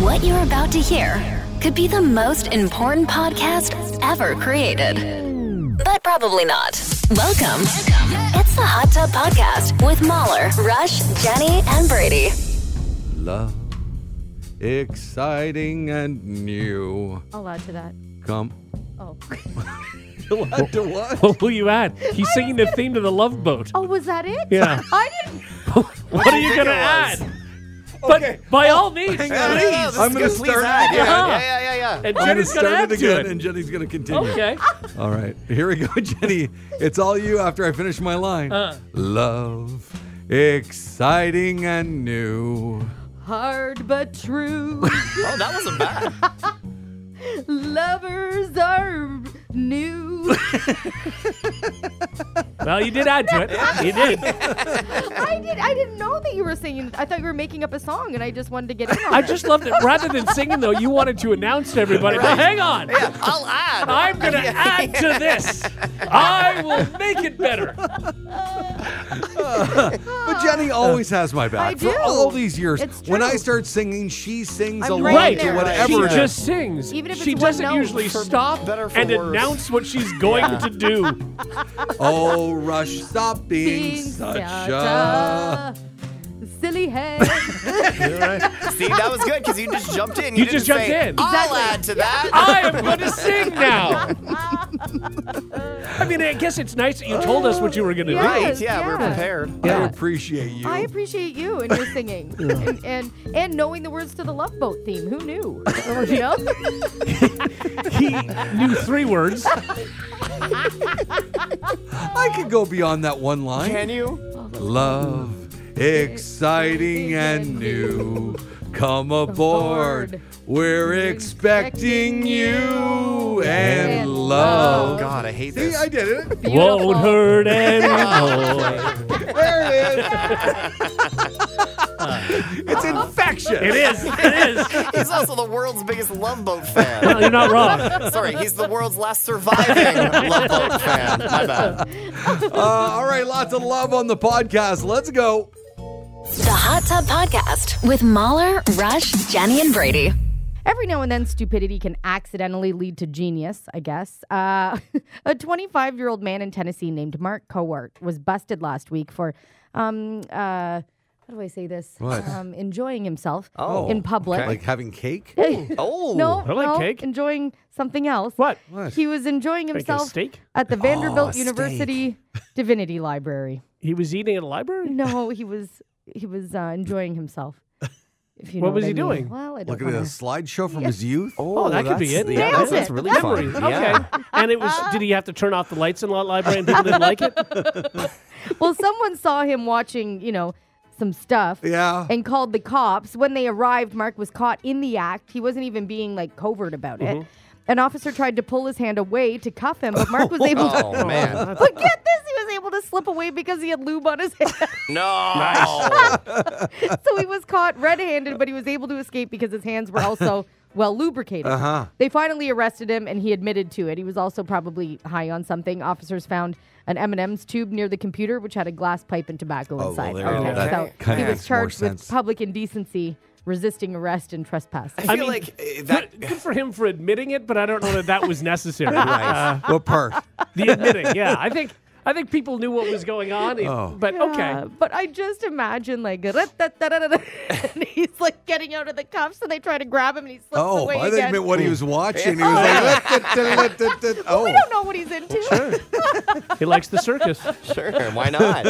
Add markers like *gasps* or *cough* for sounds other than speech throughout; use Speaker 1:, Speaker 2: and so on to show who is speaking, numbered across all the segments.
Speaker 1: What you're about to hear could be the most important podcast ever created, but probably not. Welcome. It's the Hot Tub Podcast with Mahler, Rush, Jenny, and Brady.
Speaker 2: Love, exciting and new.
Speaker 3: I'll add to that.
Speaker 2: Come. *laughs*
Speaker 3: Oh.
Speaker 2: What to what?
Speaker 4: *laughs* What will you add? He's singing the theme to the Love Boat.
Speaker 3: Oh, was that it?
Speaker 4: Yeah.
Speaker 3: I didn't.
Speaker 4: What are you gonna add? But by all means,
Speaker 5: Please.
Speaker 2: I'm gonna
Speaker 5: Please
Speaker 2: start.
Speaker 5: add. Yeah,
Speaker 4: Uh-huh.
Speaker 5: yeah, yeah, yeah, yeah.
Speaker 4: and
Speaker 2: I'm gonna
Speaker 4: Jenny's gonna
Speaker 2: start
Speaker 4: add
Speaker 2: it again,
Speaker 4: to
Speaker 2: and
Speaker 4: it.
Speaker 2: Jenny's gonna continue.
Speaker 4: *laughs* Okay.
Speaker 2: All right, here we go, *laughs* Jenny. It's all you. After I finish my line.
Speaker 4: Uh.
Speaker 2: Love, exciting and new.
Speaker 3: Hard but true.
Speaker 5: *laughs* Oh, that wasn't bad.
Speaker 3: *laughs* Lovers are
Speaker 5: *laughs*
Speaker 3: new.
Speaker 4: Well, you did add to it. You did.
Speaker 3: I did. I didn't know that you were singing. I thought you were making up a song, and I just wanted to get in on
Speaker 4: I
Speaker 3: it.
Speaker 4: just loved it. Rather than singing, though, you wanted to announce to everybody. But hang on.
Speaker 5: I'll add.
Speaker 4: I'm gonna add to this. I will make it better.
Speaker 2: But Jenny always has my back
Speaker 3: I
Speaker 2: for
Speaker 3: do.
Speaker 2: all these years.
Speaker 3: It's
Speaker 2: When I
Speaker 3: true.
Speaker 2: start singing, she sings
Speaker 3: I'm
Speaker 2: along
Speaker 3: right
Speaker 4: Right.
Speaker 2: to
Speaker 3: there.
Speaker 2: whatever.
Speaker 4: She
Speaker 2: it is.
Speaker 4: just sings.
Speaker 3: Even if it's
Speaker 4: she
Speaker 3: one
Speaker 4: doesn't
Speaker 3: note.
Speaker 4: usually
Speaker 3: For
Speaker 4: stop
Speaker 5: better, for
Speaker 4: and
Speaker 5: worse.
Speaker 4: announce what she's going to do.
Speaker 2: Oh, Rush, stop being, such *laughs* a.
Speaker 4: *laughs*
Speaker 3: silly head.
Speaker 5: See, that was good because you just jumped in.
Speaker 4: You
Speaker 5: didn't
Speaker 4: just jumped
Speaker 5: say,
Speaker 4: in.
Speaker 5: I'll
Speaker 3: Exactly.
Speaker 5: add to that.
Speaker 4: I am going to sing now. *laughs* I mean, I guess it's nice that you told us what you were going to do.
Speaker 3: Yeah.
Speaker 5: Right?
Speaker 3: Yes,
Speaker 5: Yeah, we're
Speaker 3: yeah.
Speaker 5: prepared.
Speaker 2: I
Speaker 4: Yeah.
Speaker 2: appreciate you.
Speaker 3: I appreciate you and your singing, and, and and knowing the words to the Love Boat theme. Who
Speaker 4: *laughs*
Speaker 3: knew? You know?
Speaker 4: He knew three words.
Speaker 2: I could go beyond that one line.
Speaker 5: Can you?
Speaker 2: Love, exciting and new. Come aboard. We're expecting you and love.
Speaker 5: Oh, God, I hate
Speaker 2: See,
Speaker 5: this.
Speaker 2: Oh, I did it.
Speaker 4: Won't hurt anymore.
Speaker 2: There it is. it's infectious.
Speaker 4: it is. It is.
Speaker 5: He's also the world's biggest Love Boat
Speaker 4: Well, *laughs*
Speaker 6: Oh,
Speaker 5: fan.
Speaker 4: you're not wrong.
Speaker 5: Sorry, he's the world's last surviving Love Boat fan. My bad.
Speaker 2: Uh, all right, lots of love on the podcast. Let's go.
Speaker 1: The Hot Tub Podcast with Mahler, Rush, Jenny, and Brady.
Speaker 3: Every now and then, stupidity can accidentally lead to genius, I guess. Uh, *laughs* a 25 year old man in Tennessee named Mark Cowart was busted last week for, um, uh, how do I say this?
Speaker 2: What?
Speaker 3: Um, enjoying himself
Speaker 5: Oh,
Speaker 3: in public.
Speaker 2: Like having cake?
Speaker 5: Oh,
Speaker 3: No,
Speaker 4: I like
Speaker 3: no,
Speaker 4: cake.
Speaker 3: enjoying something else.
Speaker 4: What?
Speaker 2: What? Oh,
Speaker 3: He was enjoying
Speaker 4: Like a
Speaker 3: himself
Speaker 4: steak?
Speaker 3: at the Vanderbilt
Speaker 5: steak.
Speaker 3: University
Speaker 2: *laughs*
Speaker 3: Divinity Library.
Speaker 4: He was eating at a library?
Speaker 3: No, he was he was uh, enjoying himself. If you
Speaker 4: What
Speaker 3: know
Speaker 4: was
Speaker 3: I
Speaker 4: he
Speaker 3: mean.
Speaker 4: doing?
Speaker 3: Well, I don't
Speaker 2: Look at
Speaker 3: wanna-
Speaker 2: a slideshow from his youth.
Speaker 4: Oh, that could be it.
Speaker 5: that's-
Speaker 4: Yeah,
Speaker 5: Yeah,
Speaker 3: Nailed
Speaker 5: that's,
Speaker 3: it.
Speaker 5: that's really
Speaker 3: That's
Speaker 5: fun.
Speaker 4: Okay.
Speaker 5: Yeah.
Speaker 4: And it was, did he have to turn off the lights in the library and people didn't like it?
Speaker 3: well, someone saw him watching, you know, some stuff.
Speaker 2: Yeah.
Speaker 3: And called the cops. When they arrived, Mark was caught in the act. He wasn't even being like covert about it. An officer tried to pull his hand away to cuff him, but Mark was able to.
Speaker 5: Oh, man.
Speaker 3: *laughs* But get this, he was able to slip away because he had lube on his *laughs* hand.
Speaker 5: No.
Speaker 3: so he was caught red-handed, but he was able to escape because his hands
Speaker 2: *laughs*
Speaker 3: were also well lubricated.
Speaker 2: Uh-huh.
Speaker 3: They finally arrested him, and he admitted to it. He was also probably high on something. Officers found an M&M's tube near the computer, which had a glass pipe and tobacco
Speaker 2: Oh, well,
Speaker 3: inside.
Speaker 2: there you
Speaker 5: go. That
Speaker 3: so
Speaker 2: kinda
Speaker 3: he was
Speaker 2: makes more
Speaker 3: charged with
Speaker 2: sense.
Speaker 3: public indecency, resisting arrest, and trespass.
Speaker 5: I
Speaker 4: I
Speaker 5: feel
Speaker 4: mean,
Speaker 5: like uh, that.
Speaker 4: Good, good for him for admitting it, but I don't know that that was necessary. Uh,
Speaker 2: What part?
Speaker 4: the admitting, yeah. I think I think people knew what was going on, it-
Speaker 2: Oh.
Speaker 4: but
Speaker 3: Yeah,
Speaker 4: okay.
Speaker 3: Uh, but I just imagine like *laughs* and he's like getting out of the cuffs, and they try to grab him, and he slips
Speaker 2: Oh,
Speaker 3: away
Speaker 2: I think it
Speaker 3: again.
Speaker 2: meant what he was watching. He was like, "Let-let-let-let-let."
Speaker 3: Oh, we
Speaker 2: oh,
Speaker 3: don't know what he's into.
Speaker 4: He likes the circus.
Speaker 5: Sure, why not?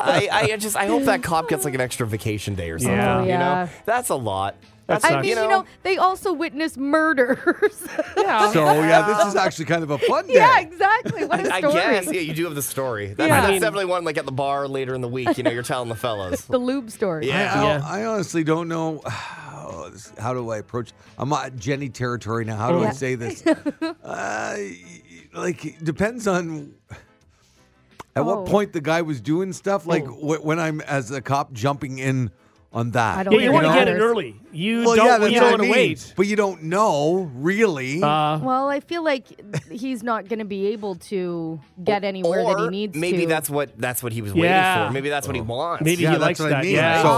Speaker 5: I, I just I hope that cop gets like an extra vacation day or something.
Speaker 4: Yeah.
Speaker 3: Oh, yeah.
Speaker 5: You know, that's a lot.
Speaker 4: That
Speaker 5: That's
Speaker 3: I
Speaker 4: sucks.
Speaker 3: mean, you know, they also witness murders. *laughs*
Speaker 4: Yeah.
Speaker 2: Oh. so yeah, this is actually kind of a fun day.
Speaker 3: yeah, exactly. What a
Speaker 5: I
Speaker 3: story.
Speaker 5: guess yeah, you do have the
Speaker 3: *laughs*
Speaker 5: story. That,
Speaker 4: Yeah.
Speaker 5: That's
Speaker 4: I mean-
Speaker 5: definitely one like at the bar later in the week. You know, you're telling the
Speaker 3: *laughs*
Speaker 5: fellas.
Speaker 3: The lube story.
Speaker 2: I,
Speaker 5: Yeah.
Speaker 2: I-
Speaker 4: Yeah.
Speaker 2: I honestly don't know. *sighs* this- How do I approach? I'm at Jenny territory now. How do I
Speaker 3: Yeah.
Speaker 2: say
Speaker 3: *laughs*
Speaker 2: this? uh, y- y- like, it depends on at
Speaker 3: Oh.
Speaker 2: what point the guy was doing stuff. Like, wh- when I'm as a cop jumping in on that.
Speaker 3: I don't
Speaker 4: Yeah, you
Speaker 3: know.
Speaker 4: want to
Speaker 3: know?
Speaker 4: get it early. You
Speaker 2: Well,
Speaker 4: don't
Speaker 2: yeah,
Speaker 4: want
Speaker 2: that's
Speaker 4: to
Speaker 2: what I mean.
Speaker 4: wait.
Speaker 2: But you don't know, really.
Speaker 4: Uh,
Speaker 3: Well, I feel like he's not going to be able to get anywhere
Speaker 5: or
Speaker 3: that he needs
Speaker 5: maybe
Speaker 3: to.
Speaker 5: that's what that's what he was
Speaker 4: Yeah.
Speaker 5: waiting for. Maybe that's what he wants.
Speaker 4: Maybe
Speaker 2: yeah,
Speaker 4: he
Speaker 2: that's
Speaker 4: likes
Speaker 2: what
Speaker 4: that.
Speaker 2: I mean.
Speaker 4: Yeah.
Speaker 2: So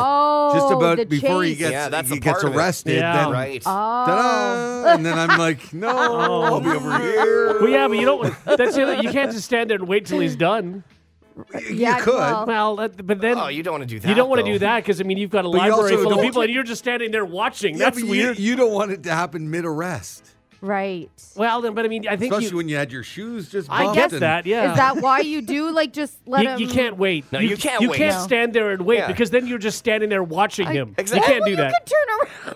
Speaker 2: just
Speaker 3: Oh, the
Speaker 2: about before he
Speaker 3: chase. Oh.
Speaker 2: gets
Speaker 5: Yeah, that's
Speaker 2: he
Speaker 5: a
Speaker 2: gets
Speaker 5: part of it.
Speaker 2: arrested,
Speaker 4: Yeah.
Speaker 2: then
Speaker 5: right.
Speaker 3: Um, Ah,
Speaker 2: ta-da, and then I'm like,
Speaker 3: *laughs*
Speaker 2: no, I'll be over here.
Speaker 4: well, yeah, but you don't. That's the other, you can't just stand there and wait till he's done.
Speaker 2: You-
Speaker 3: Yeah,
Speaker 2: you could.
Speaker 3: well,
Speaker 4: Well, that, but then
Speaker 5: oh, you don't want to do that.
Speaker 4: you don't want to
Speaker 5: though.
Speaker 4: do that because I mean you've got a
Speaker 2: you
Speaker 4: library
Speaker 2: also
Speaker 4: full of
Speaker 2: don't-
Speaker 4: people and you're just standing there watching.
Speaker 2: Yeah,
Speaker 4: That's
Speaker 2: but you-
Speaker 4: weird.
Speaker 2: You, don't want it to happen mid arrest,
Speaker 3: right.
Speaker 4: well, then, but I mean I think
Speaker 2: especially
Speaker 4: you.
Speaker 2: when you had your shoes just.
Speaker 4: I
Speaker 2: bumped
Speaker 4: get
Speaker 2: and-
Speaker 4: that. Yeah.
Speaker 3: Is that why you do like just let
Speaker 4: *laughs* you,
Speaker 3: him?
Speaker 4: you can't wait.
Speaker 5: No, you can't
Speaker 4: You
Speaker 5: wait.
Speaker 4: can't
Speaker 5: No.
Speaker 4: stand there and wait
Speaker 5: Yeah.
Speaker 4: because then you're just standing there watching him.
Speaker 5: exactly.
Speaker 4: You can't do
Speaker 3: You
Speaker 4: that.
Speaker 3: could turn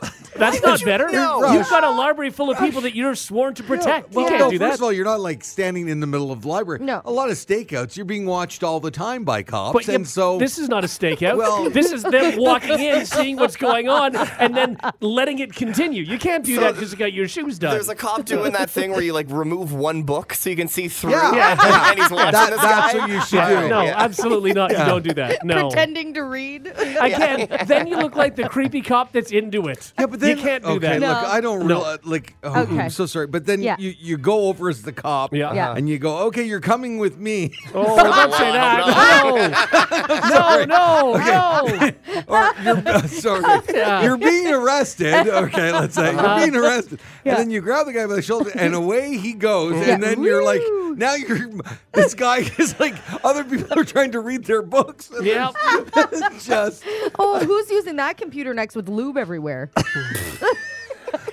Speaker 3: around.
Speaker 4: That's not better.
Speaker 5: No.
Speaker 4: You've got a library full of people that you're sworn to protect.
Speaker 2: Well,
Speaker 4: you can't
Speaker 2: no,
Speaker 4: do
Speaker 2: first
Speaker 4: that.
Speaker 2: of all, you're not like standing in the middle of the library.
Speaker 3: No.
Speaker 2: A lot of stakeouts, you're being watched all the time by cops.
Speaker 4: But yeah,
Speaker 2: and so
Speaker 4: this is not a stakeout.
Speaker 2: Well-
Speaker 4: *laughs* this is them walking in, seeing what's going on, and then letting it continue. You can't do
Speaker 5: So
Speaker 4: that because you got your shoes done.
Speaker 5: There's a cop doing that thing where you like remove one book so you can see through.
Speaker 2: Yeah.
Speaker 5: Yeah. *laughs* and he's watching
Speaker 2: That-
Speaker 5: this
Speaker 2: that's
Speaker 5: guy.
Speaker 2: what you should do.
Speaker 4: no,
Speaker 5: Yeah.
Speaker 4: absolutely not. You don't do that. *laughs* No.
Speaker 3: pretending to read.
Speaker 4: I can't. Then you look like the creepy cop that's into it.
Speaker 2: Yeah, but then
Speaker 4: you can't do
Speaker 2: okay,
Speaker 4: that.
Speaker 2: Look,
Speaker 3: No.
Speaker 2: I don't
Speaker 4: No.
Speaker 2: realize. Like, oh,
Speaker 3: Okay.
Speaker 2: I'm so sorry. But then
Speaker 3: Yeah.
Speaker 2: you, you go over as the cop,
Speaker 4: Yeah. Yeah.
Speaker 2: and you go, okay, you're coming with
Speaker 4: *laughs*
Speaker 2: me,
Speaker 4: Oh, don't say that. No, no, no.
Speaker 3: Oh,
Speaker 2: or you're uh,
Speaker 3: *laughs*
Speaker 2: sorry,
Speaker 4: Yeah. Uh-huh.
Speaker 2: you're being arrested. Okay, let's say you're being arrested, and then you grab the guy by the shoulder, and away he goes,
Speaker 3: Yeah.
Speaker 2: and then you're like,
Speaker 3: Woo.
Speaker 2: now you're this guy is like other people are trying to read their books.
Speaker 4: *laughs*
Speaker 2: and
Speaker 4: Yep.
Speaker 2: *laughs* it's Just
Speaker 3: Oh, who's using that computer next with lube everywhere?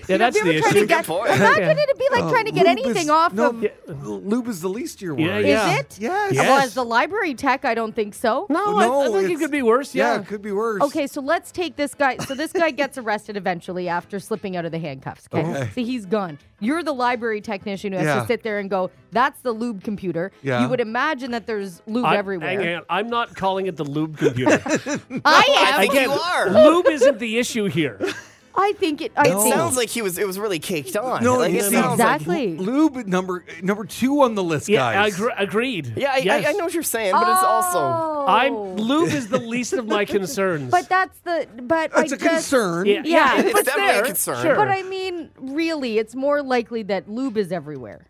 Speaker 4: Yeah, that's
Speaker 3: Have you
Speaker 4: the
Speaker 3: ever tried to
Speaker 4: issue.
Speaker 5: Good
Speaker 3: get-
Speaker 5: point.
Speaker 3: Imagine it'd be like
Speaker 2: uh,
Speaker 3: trying to get
Speaker 2: lube
Speaker 3: anything
Speaker 2: is-
Speaker 3: off
Speaker 2: no,
Speaker 3: of.
Speaker 2: l- Lube is the least of your
Speaker 4: Yeah,
Speaker 2: worry.
Speaker 4: yeah.
Speaker 3: Is it?
Speaker 2: Yes.
Speaker 3: Well,
Speaker 4: Yes.
Speaker 3: as the library tech, I don't think so.
Speaker 4: No, I, I
Speaker 2: No,
Speaker 4: think it
Speaker 2: it's-
Speaker 4: could be worse.
Speaker 2: Yeah,
Speaker 4: Yeah.
Speaker 2: it could be worse.
Speaker 3: Okay, so let's take this guy. So this guy gets arrested eventually after slipping out of the handcuffs. Okay.
Speaker 2: Okay.
Speaker 3: So he's gone. You're the library technician who has
Speaker 2: Yeah.
Speaker 3: to sit there and go, that's the lube computer.
Speaker 2: Yeah.
Speaker 3: You would imagine that there's lube
Speaker 4: I'm,
Speaker 3: everywhere.
Speaker 4: hang on, I'm not calling it the lube computer. *laughs*
Speaker 3: I am.
Speaker 5: I think
Speaker 4: Again,
Speaker 5: you are.
Speaker 4: lube isn't the issue here.
Speaker 3: I think it. I
Speaker 2: No.
Speaker 3: think
Speaker 5: Sounds like he was. It was really caked on.
Speaker 2: No,
Speaker 5: like,
Speaker 2: it
Speaker 5: it
Speaker 2: seems-
Speaker 5: sounds like-
Speaker 3: exactly.
Speaker 2: Lube number number two on the list,
Speaker 4: Yeah,
Speaker 2: guys.
Speaker 4: agre- agreed.
Speaker 5: Yeah, I,
Speaker 4: Yes.
Speaker 5: I, I know what you're saying, but it's also.
Speaker 3: Oh.
Speaker 4: I'm lube is the least
Speaker 3: *laughs*
Speaker 4: of my concerns.
Speaker 3: But that's the. But
Speaker 2: That's
Speaker 3: I
Speaker 2: a
Speaker 3: guess-
Speaker 2: concern.
Speaker 4: yeah,
Speaker 3: yeah,
Speaker 4: yeah,
Speaker 3: it's
Speaker 4: it's
Speaker 5: definitely a
Speaker 4: there,
Speaker 5: concern.
Speaker 4: Sure.
Speaker 3: But I mean, really, it's more likely that lube is everywhere,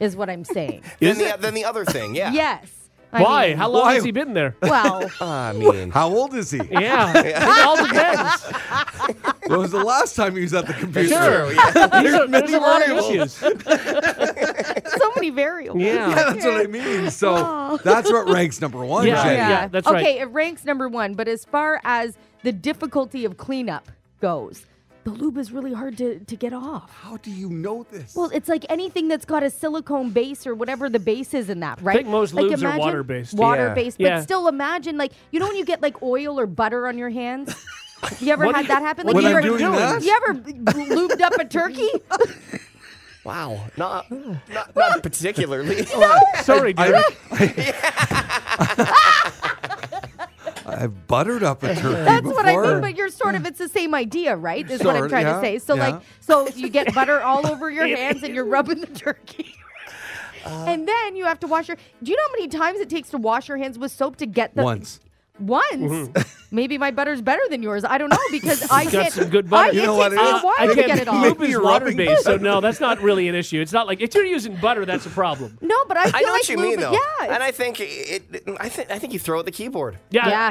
Speaker 3: is what I'm saying.
Speaker 5: Then the, then the other thing, yeah.
Speaker 3: yes. I
Speaker 4: Why?
Speaker 3: mean,
Speaker 4: How long
Speaker 2: Why?
Speaker 4: has he
Speaker 3: *laughs*
Speaker 4: been there?
Speaker 3: Well,
Speaker 5: Ah, I mean,
Speaker 2: How old is he?
Speaker 4: Yeah, it all
Speaker 3: *laughs*
Speaker 4: depends.
Speaker 2: When was the last time he was at the computer?
Speaker 4: Sure.
Speaker 5: yeah.
Speaker 4: These are-
Speaker 2: many
Speaker 4: there's a lot of
Speaker 2: variables.
Speaker 4: issues.
Speaker 3: so many variables.
Speaker 4: *laughs* Yeah.
Speaker 2: Yeah, *laughs* that's what I mean. So that's what ranks number one,
Speaker 4: Yeah.
Speaker 2: Jenny.
Speaker 4: Yeah. that's
Speaker 3: okay,
Speaker 4: right.
Speaker 3: it ranks number one, but as far as the difficulty of cleanup goes, the lube is really hard to, to get off.
Speaker 2: How do you know this?
Speaker 3: Well, it's like anything that's got a silicone base or whatever the base is in that, right?
Speaker 4: think most
Speaker 3: like
Speaker 4: lubes are
Speaker 3: imagine-
Speaker 4: water-based.
Speaker 3: Water-based,
Speaker 4: Yeah.
Speaker 3: but still imagine like you know when you get like oil or butter on your hands. You ever
Speaker 4: What
Speaker 3: had
Speaker 4: do you-
Speaker 3: that happen?
Speaker 4: what
Speaker 3: Like
Speaker 2: when
Speaker 3: you,
Speaker 2: I'm
Speaker 3: ever,
Speaker 2: doing that?
Speaker 3: you ever lubed up a turkey?
Speaker 5: wow. Not,
Speaker 4: Hmm.
Speaker 5: not, not *laughs*
Speaker 4: *laughs*
Speaker 5: particularly.
Speaker 4: Sorry, dude.
Speaker 2: I, have buttered up a turkey
Speaker 3: That's
Speaker 2: before.
Speaker 3: what I mean, but you're sort of it's the same idea, right? Is what I'm
Speaker 2: Sort-
Speaker 3: trying to
Speaker 2: yeah,
Speaker 3: say. So
Speaker 2: yeah.
Speaker 3: like so you get butter all over
Speaker 4: *laughs*
Speaker 3: your hands and you're rubbing the turkey. and then you have to wash your Do you know how many times it takes to wash your hands with soap to get the
Speaker 2: Once.
Speaker 3: Once. *laughs* Maybe my butter's better than yours. I don't know because *laughs* I
Speaker 4: Mm-hmm. got
Speaker 3: can't
Speaker 4: some good butter.
Speaker 3: I,
Speaker 4: You
Speaker 3: it
Speaker 2: know what
Speaker 3: takes
Speaker 2: it
Speaker 3: me a
Speaker 2: is?
Speaker 3: while
Speaker 4: I
Speaker 3: to
Speaker 4: can't
Speaker 3: get it off.
Speaker 4: Lube
Speaker 2: Maybe
Speaker 4: is
Speaker 2: you're
Speaker 4: water
Speaker 2: rubbing
Speaker 4: based, so no, that's not really an issue. It's not like if you're using butter, that's a problem.
Speaker 3: No, but I feel
Speaker 5: I know
Speaker 3: like
Speaker 5: what you
Speaker 3: lube,
Speaker 5: mean, though.
Speaker 3: Yeah.
Speaker 5: And I think it, it- I think I think you throw at the keyboard.
Speaker 4: Yeah,